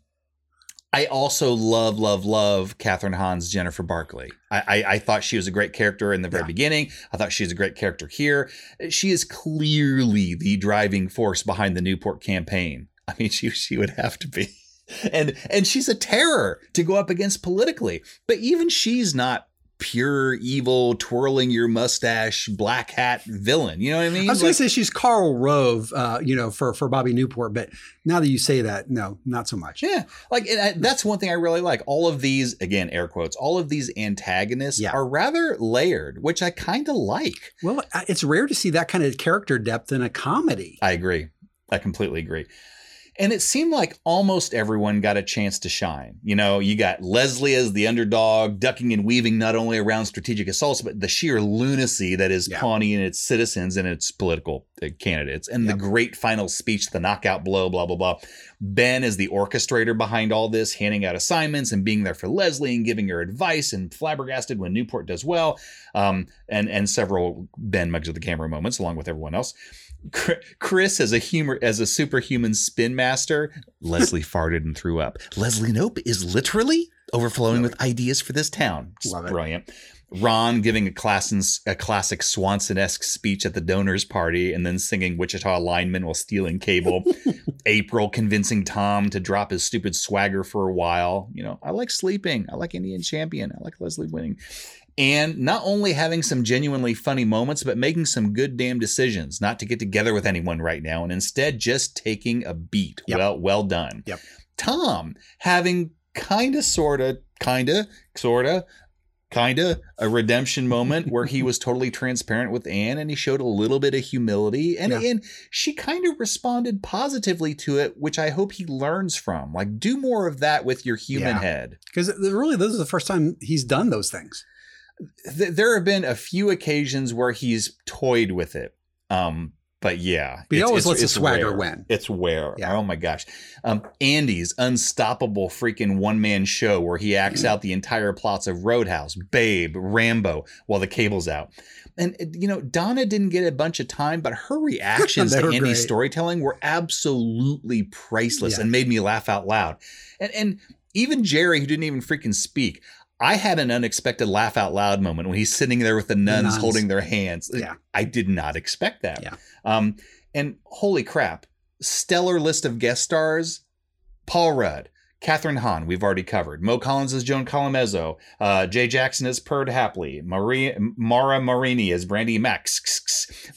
I also love, love, love Catherine Hahn's Jennifer Barkley. I, I, I thought she was a great character in the very beginning. I thought she was a great character here. She is clearly the driving force behind the Newport campaign. I mean, she she would have to be. And and she's a terror to go up against politically. But even she's not pure evil, twirling your mustache, black hat villain. You know what I mean?
I was going
Like-
to say she's Carl Rove, uh, you know, for, for Bobby Newport, but now that you say that, no, not so much.
Yeah, like and I, that's one thing I really like. All of these, again, air quotes, all of these antagonists are rather layered, which I kind of like.
Well, I- it's rare to see that kind of character depth in a comedy.
I agree. I completely agree. And it seemed like almost everyone got a chance to shine. You know, you got Leslie as the underdog, ducking and weaving not only around strategic assaults, but the sheer lunacy that is Pawnee and its citizens and its political uh, candidates, and the great final speech, the knockout blow, blah, blah, blah. Ben is the orchestrator behind all this, handing out assignments and being there for Leslie and giving her advice and flabbergasted when Newport does well, um, and, and several Ben mugs of the camera moments along with everyone else. Cr- Chris as a humor as a superhuman spin master. Leslie farted and threw up. Leslie Nope is literally overflowing with ideas for this town. It's brilliant. Ron giving a class a classic Swanson-esque speech at the donors party and then singing Wichita lineman while stealing cable. April convincing Tom to drop his stupid swagger for a while. You know, I like sleeping. I like Indian champion. I like Leslie winning and not only having some genuinely funny moments, but making some good damn decisions not to get together with anyone right now and instead just taking a beat. Well, well done.
Yep.
Tom having kind of, sort of, kind of, sort of, kind of a redemption moment where he was totally transparent with Anne and he showed a little bit of humility and, and she kind of responded positively to it, which I hope he learns from. Like, do more of that with your human
Yeah.
head.
Because really, this is the first time he's done those things.
th- there have been a few occasions where he's toyed with it. Um, but yeah,
But he
it's-
always
it's-
lets the
it's
swagger
rare.
win.
It's where. Oh my gosh, um, Andy's unstoppable freaking one man show where
*clears throat*
he acts out the entire plots of Roadhouse, Babe, Rambo while the cable's out. And uh, you know, Donna didn't get a bunch of time, but her
*laughs*
reactions
They
to
were
Andy's
great.
storytelling were absolutely priceless
Yeah.
and made me laugh out loud. And and even Jerry, who didn't even freaking speak, I had an unexpected laugh out loud moment when he's sitting there with the nuns,
nuns.
holding their hands.
Yeah.
I did not expect that. Yeah. Um, and holy crap, stellar list of guest stars. Paul Rudd, Catherine Hahn, we've already covered. Mo Collins as Joan Colomezzo. Uh, Jay Jackson as Perd Hapley. Maria, Mara Marini as Brandy Max.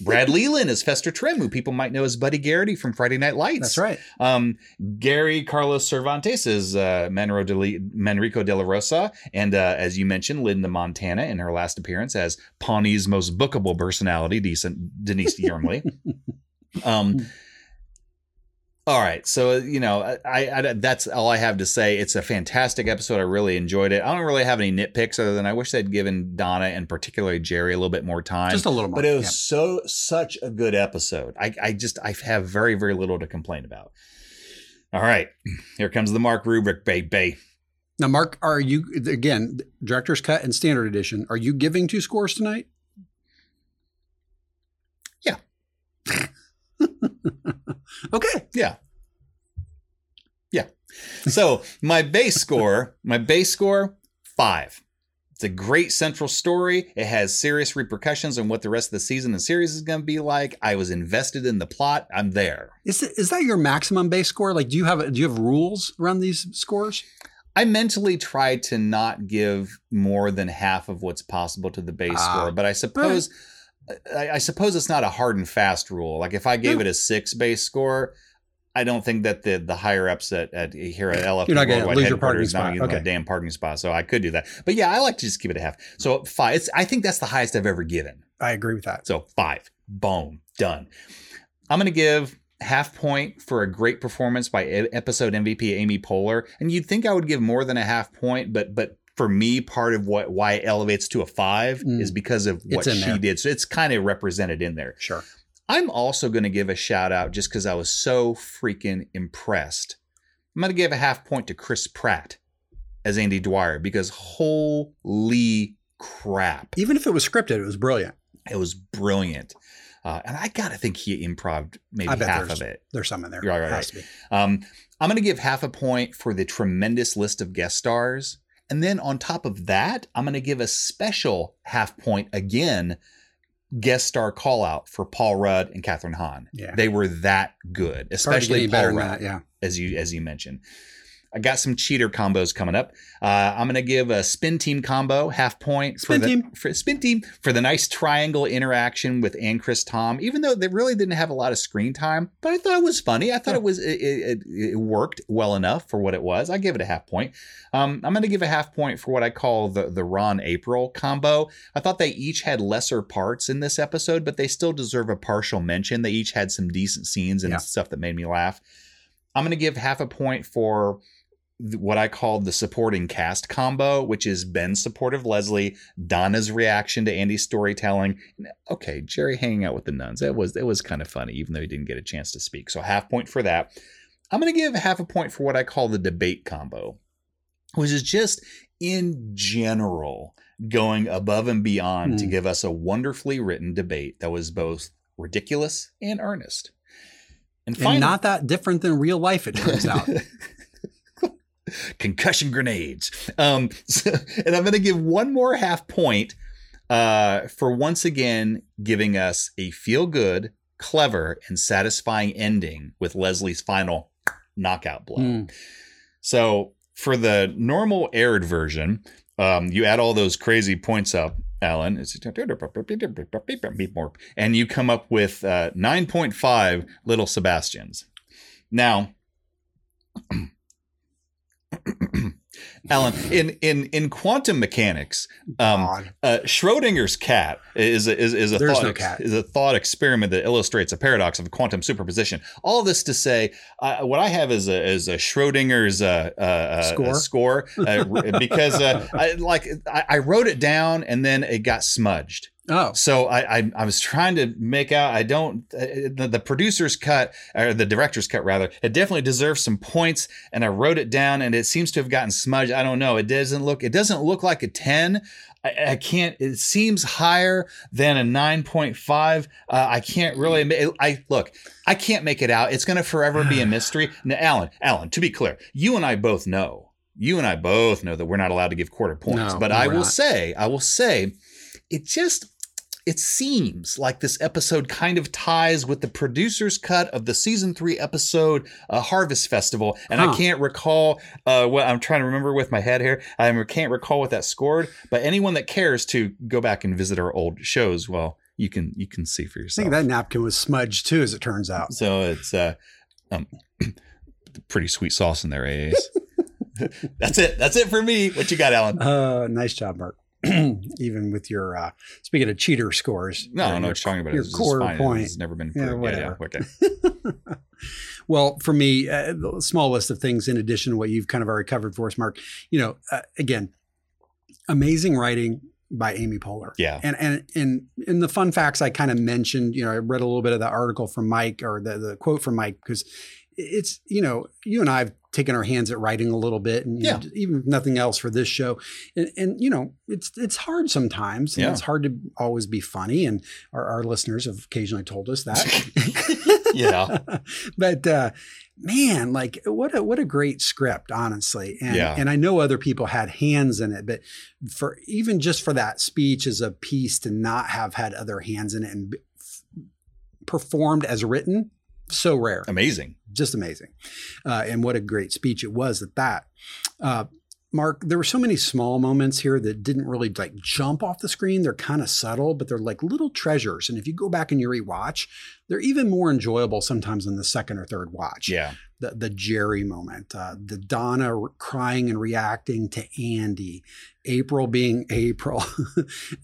Brad Leland as Fester Trim, who people might know as Buddy Garrity from Friday Night Lights.
That's right.
Um, Gary Carlos Cervantes as uh, Manro de Li- Manrico de la Rosa. And uh, as you mentioned, Linda Montana in her last appearance as Pawnee's most bookable personality, decent Denise
*laughs*
Yermley. um, all right, so you know, I, I that's all I have to say. It's a fantastic episode. I really enjoyed it. I don't really have any nitpicks other than I wish they'd given Donna and particularly Jerry a little bit more time,
Just a little
But
more,
it was
yeah.
so such a good episode. I, I just I have very very little to complain about. All right, here comes the Mark Rubric, baby.
Now, Mark, are you again director's cut and standard edition? Are you giving two scores tonight?
Yeah.
okay.
Yeah. Yeah. So my base score, my base score, five. It's a great central story. It has serious repercussions on what the rest of the season and series is going to be like. I was invested in the plot. I'm there.
Is that, is that your maximum base score? Like, do you have do you have rules around these scores?
I mentally try to not give more than half of what's possible to the base
Ah.
score, but I suppose I, I suppose it's not a hard and fast rule. Like if I gave it a six base score, I don't think that the the higher ups at, at here at LFP
You're not gonna
Worldwide
lose your
headquarters is
parking
not
spot.
gonna get
Okay.
my damn parking spot, so I could do that. But yeah, I like to just give it a half. So five. It's, I think that's the highest I've ever given.
I agree with that.
So five. Boom. Done. I'm going to give half point for a great performance by e- episode MVP Amy Poehler, and you'd think I would give more than a half point, but but for me, part of what why it elevates to a five
Mm.
is because of what
It's in
she
there.
did. So it's kind of represented in there.
Sure.
I'm also going to give a shout out just because I was so freaking impressed. I'm going to give a half point to Chris Pratt as Andy Dwyer because holy crap.
Even if it was scripted, it was brilliant.
It was brilliant. Uh, and I got to think he improved maybe
I bet
half
there's-
of it.
There's some in there.
Right, right,
Has
right.
to
Um, I'm going to give half a point for the tremendous list of guest stars. And then on top of that, I'm going to give a special half point again guest star call out for Paul Rudd and Catherine Hahn.
Yeah.
They were that good,
hard to get
especially
any
Paul
better
Rudd,
than that, yeah.
as you as you mentioned. I got some cheater combos coming up. Uh, I'm going to give a spin team combo half point
Spin
for the
team.
for spin team for the nice triangle interaction with Anne Chris Tom. Even though they really didn't have a lot of screen time, but I thought it was funny. I thought it was it, it, it- it worked well enough for what it was. I give it a half point. Um, I'm going to give a half point for what I call the the Ron April combo. I thought they each had lesser parts in this episode, but they still deserve a partial mention. They each had some decent scenes and
Yeah.
stuff that made me laugh. I'm going to give half a point for th- what I call the supporting cast combo, which is Ben's support of Leslie, Donna's reaction to Andy's storytelling. and, Okay, Jerry hanging out with the nuns. That was that was kind of funny, even though he didn't get a chance to speak. So half point for that. I'm going to give half a point for what I call the debate combo, which is just in general going above and beyond to
Hmm.
give us a wonderfully written debate that was both ridiculous and earnest. And,
be. And not that different than real life,
*laughs*
it turns out.
concussion grenades. Um, *laughs* so- and I'm going to give one more half point uh, for once again giving us a feel good, clever, and satisfying ending with Leslie's final knockout blow. So for the normal aired version, um, you add all those crazy points up, Alan, It's- and you come up with uh, 9.5 little Sebastians. Now, Alan, in in in quantum mechanics, um, uh, Schrodinger's cat is a, is, is a
There's
thought
no
ex-
cat.
is a thought experiment that illustrates a paradox of quantum superposition. All this to say, uh, what I have is a is a Schrodinger's uh, uh, uh,
Score?
score uh, r-
*laughs*
because uh, I, like I, I wrote it down and then it got smudged.
Oh,
so I, I I was trying to make out. I don't uh, the, the producer's cut or the director's cut rather. It definitely deserves some points, and I wrote it down, and it seems to have gotten smudged. I don't know. It doesn't look. It doesn't look like a ten. I, I can't. It seems higher than a nine point five. Uh, I can't really. ma- I look. I can't make it out. It's going to forever be a mystery. Now, Alan, Alan. To be clear, you and I both know. You and I both know that we're not allowed to give quarter points.
No,
but
no,
I
we're
will
not.
say. I will say. It just it seems like this episode kind of ties with the producer's cut of the season three episode uh, Harvest Festival, and
Huh.
I can't recall uh, what I'm trying to remember with my head here. I can't recall what that scored, but anyone that cares to go back and visit our old shows, well, you can you can see for
I
yourself.
think that napkin was smudged too, as it turns out.
So it's uh, um, *clears throat* pretty sweet sauce in
*laughs*
there, AAs. That's it. That's it for me. What you got, Alan?
Uh, nice job, Mark. *clears throat* Even with your uh, speaking of cheater scores,
No, I don't know
your-
what you're talking about.
Your
It's just
quarter
fine.
point
It's never been
Yeah,
proved. Yeah, yeah.
whatever.
Okay.
*laughs* Well, for me, uh, the small list of things in addition to what you've kind of already covered for us, Mark. You know, uh, again, amazing writing by Amy Poehler.
Yeah.
And and and in the fun facts I kind of mentioned, you know, I read a little bit of the article from Mike or the the quote from Mike because it's you know you and I've taken our hands at writing a little bit and you know,
Yeah.
just- even if nothing else for this show and, and you know it's it's hard sometimes and
Yeah.
it's hard to always be funny and our, our listeners have occasionally told us that
*laughs* yeah.
*laughs* but uh, man, like what a what a great script, honestly. And
Yeah.
and I know other people had hands in it, but for even just for that speech as a piece to not have had other hands in it and be- f- performed as written, so rare.
Amazing.
Just amazing. Uh, and what a great speech it was at that. Uh, Mark, there were so many small moments here that didn't really like jump off the screen. They're kind of subtle, but they're like little treasures. And if you go back and you rewatch, they're even more enjoyable sometimes on the second or third watch.
Yeah.
The, the Jerry moment, uh, the Donna r- crying and reacting to Andy, April being *laughs* April,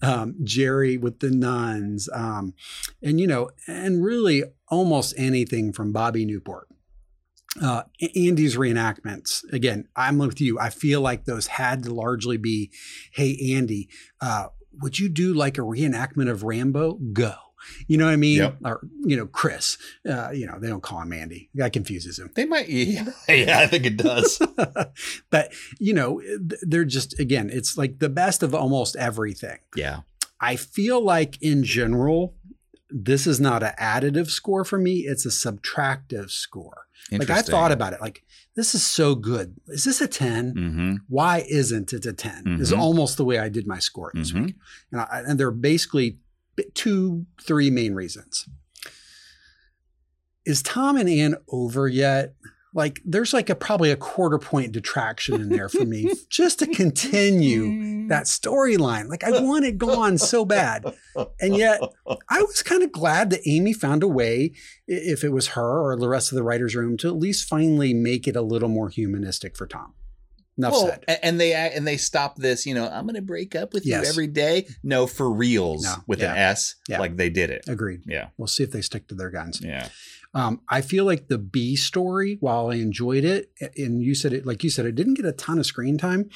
um, Jerry with the nuns, um, and you know, and really almost anything from Bobby Newport uh, A- Andy's reenactments. Again, I'm with you. I feel like those had to largely be, hey, Andy, uh, would you do like a reenactment of Rambo? Go. You know what I mean?
Yep.
Or, you know, Chris. Uh, you know, they don't call him Andy. That confuses him.
They might. Yeah, *laughs* yeah I think it does.
*laughs* but, you know, th- they're just, again, it's like the best of almost everything.
Yeah.
I feel like in general, this is not an additive score for me. It's a subtractive score. Like I
Interesting.
thought about it. Like this is so good. Is this a 10?
Mm-hmm.
Why isn't it a 10? Is
Mhm.
almost the way I did my score this
Mm-hmm.
week. And, I, and there are basically b- two, three main reasons. Is Tom and Ann over yet? Like there's like a probably a quarter point detraction in there for me just to continue that storyline. Like I want it gone so bad. And yet I was kind of glad that Amy found a way, i- if it was her or the rest of the writer's room, to at least finally make it a little more humanistic for Tom. Enough
Well,
said.
a- And they a- and they stop this. You know, I'm going to break up with
Yes.
you every day. No, for reals
No.
with an
Yeah.
S. Like they did it.
Agreed.
Yeah.
We'll see if they stick to their guns.
Yeah.
Um, I feel like the B story, while I enjoyed it, a- and you said it, like you said, it didn't get a ton of screen time.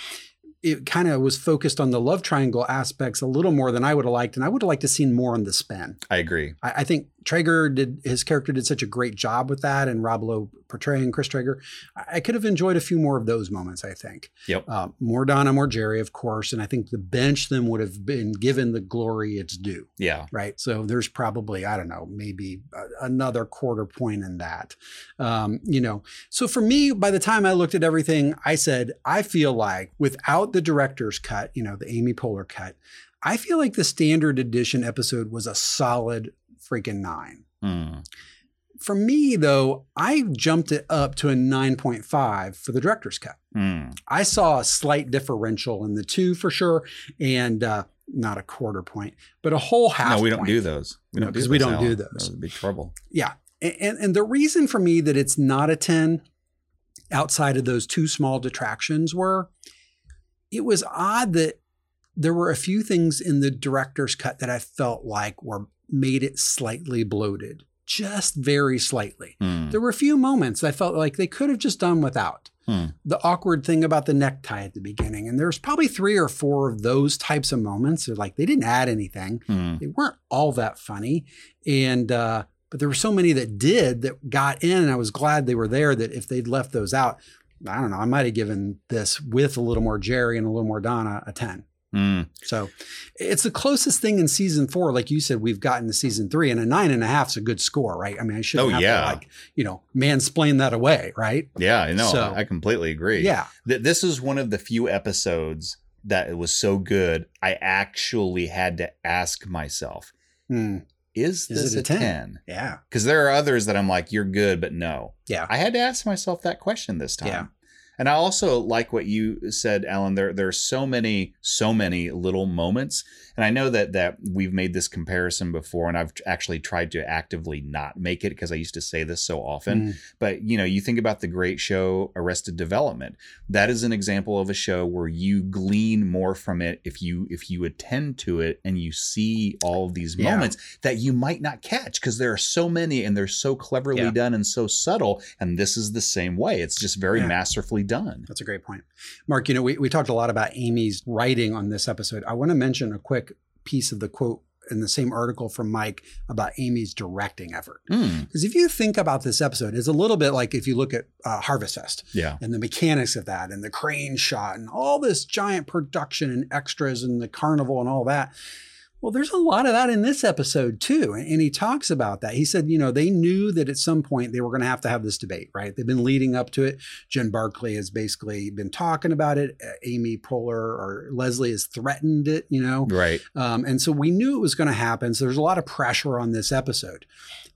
It kind of was focused on the love triangle aspects a little more than I would have liked, and I would have liked to seen more on the spin.
I agree.
I, I think Traeger did his character did such a great job with that, and Rob Lowe portraying Chris Traeger. I, I could have enjoyed a few more of those moments. I think
Yep.
uh, more Donna, more Jerry, of course, and I think the bench then would have been given the glory it's due.
Yeah.
Right. So there's probably, I don't know, maybe a- another quarter point in that. Um, you know, so for me, by the time I looked at everything, I said, I feel like without the director's cut, you know, the Amy Poehler cut, I feel like the standard edition episode was a solid freaking nine.
Mm.
For me, though, I jumped it up to a 9.5 for the director's cut.
Mm.
I saw a slight differential in the two for sure, and uh, not a quarter point, but a whole half.
no, we don't
point.
do those. We
No,
don't
'cause
do
we
those,
don't do
Alan.
those.
That would be trouble.
Yeah. A- And, and the reason for me that it's not a 10 outside of those two small detractions were it was odd that there were a few things in the director's cut that I felt like were made it slightly bloated, just very slightly.
Mm.
There were a few moments I felt like they could have just done without
Mm.
the awkward thing about the necktie at the beginning. And there's probably three or four of those types of moments. They're like, they didn't add anything.
Hmm.
They weren't all that funny. And, uh, but there were so many that did that got in. And I was glad they were there that if they'd left those out, I don't know, I might have given this with a little more Jerry and a little more Donna a 10.
Mm.
So it's the closest thing in season four, like you said, we've gotten to season three, and a nine and a half is a good score, right? I mean, I shouldn't
Oh,
have
yeah.
to like, you know, mansplain that away, right?
Yeah, I know.
So-
I completely agree.
Yeah.
Th- this is one of the few episodes that it was so good. I actually had to ask myself, Is this
hmm, it
a 10?
Yeah.
Because there are others that I'm like, you're good, but no.
Yeah.
I had to ask myself that question this time. Yeah. And I also like what you said, Alan. There, there are so many, so many little moments, and I know that that we've made this comparison before, and I've actually tried to actively not make it because I used to say this so often.
Mm.
But you know, you think about the great show Arrested Development. That is an example of a show where you glean more from it if you if you attend to it and you see all of these
Yeah.
moments that you might not catch because there are so many and they're so cleverly
Yeah.
done and so subtle. And this is the same way. It's just very
Yeah.
masterfully done.
That's a great point. Mark, you know, we, we talked a lot about Amy's writing on this episode. I want to mention a quick piece of the quote in the same article from Mike about Amy's directing effort.
Mm.
Because if you think about this episode, it's a little bit like if you look at uh, Harvest Fest
Yeah.
and the mechanics of that and the crane shot and all this giant production and extras and the carnival and all that. Well, there's a lot of that in this episode too. And, and he talks about that. He said, you know, they knew that at some point they were going to have to have this debate, right? They've been leading up to it. Jen Barkley has basically been talking about it. Uh, Amy Poehler or Leslie has threatened it, you know?
Right.
Um, and so we knew it was going to happen. So there's a lot of pressure on this episode.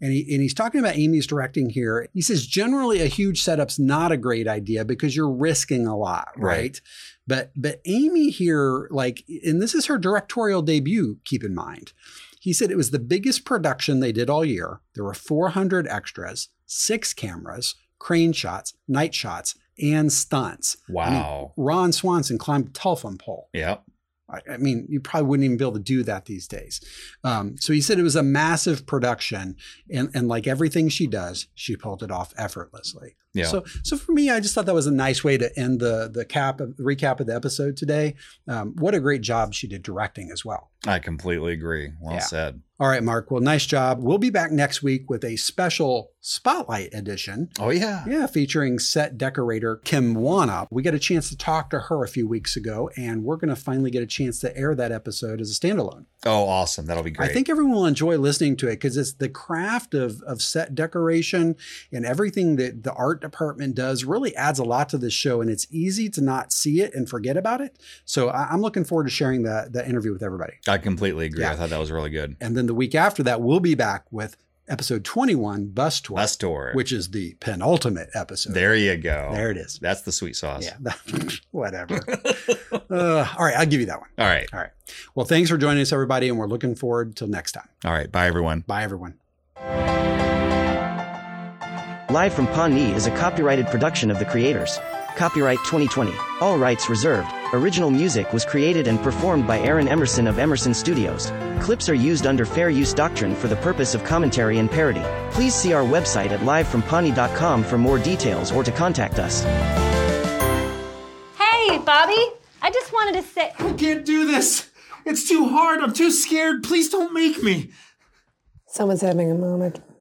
And, he, and he's talking about Amy's directing here. He says, generally, a huge setup's not a great idea because you're risking a lot,
Right.
right? But but Amy here, like, and this is her directorial debut, keep in mind. He said it was the biggest production they did all year. There were 400 extras, six cameras, crane shots, night shots, and stunts. I mean,
Wow.
Ron Swanson climbed a telephone pole.
Yeah.
I, I mean, you probably wouldn't even be able to do that these days. Um, so he said it was a massive production, and and like everything she does, she pulled it off effortlessly.
Yeah.
So so for me, I just thought that was a nice way to end the the cap of, recap of the episode today. Um, what a great job she did directing as well.
I completely agree. Well
Yeah.
said.
All right, Mark. Well, nice job. We'll be back next week with a special spotlight edition.
Oh, yeah.
Yeah, featuring set decorator Kim Wana. We got a chance to talk to her a few weeks ago, and we're going to finally get a chance to air that episode as a standalone.
Oh, awesome. That'll be great.
I think everyone will enjoy listening to it because it's the craft of, of set decoration and everything that the art department does really adds a lot to this show, and it's easy to not see it and forget about it. So I, I'm looking forward to sharing that, that interview with everybody.
I completely agree. I
Yeah.
thought that was really good.
And then the week after that, we'll be back with episode 21, Bus Tour.
Bus Tour.
Which is the penultimate episode.
There you go.
There it is.
That's the sweet sauce.
Yeah. *laughs* Whatever. Uh, all right. I'll give you that one.
All right.
All right. Well, thanks for joining us, everybody. And we're looking forward till next time.
All right. Bye, everyone.
Bye, everyone.
Live from Pawnee is a copyrighted production of the creators. Copyright 2020. All rights reserved. Original music was created and performed by Aaron Emerson of Emerson Studios. Clips are used under fair use doctrine for the purpose of commentary and parody. Please see our website at livefrompawnee.com for more details or to contact us.
*laughs* Hey, Bobby. I just wanted to say.
I can't do this. It's too hard. I'm too scared. Please don't make me.
Someone's having a moment.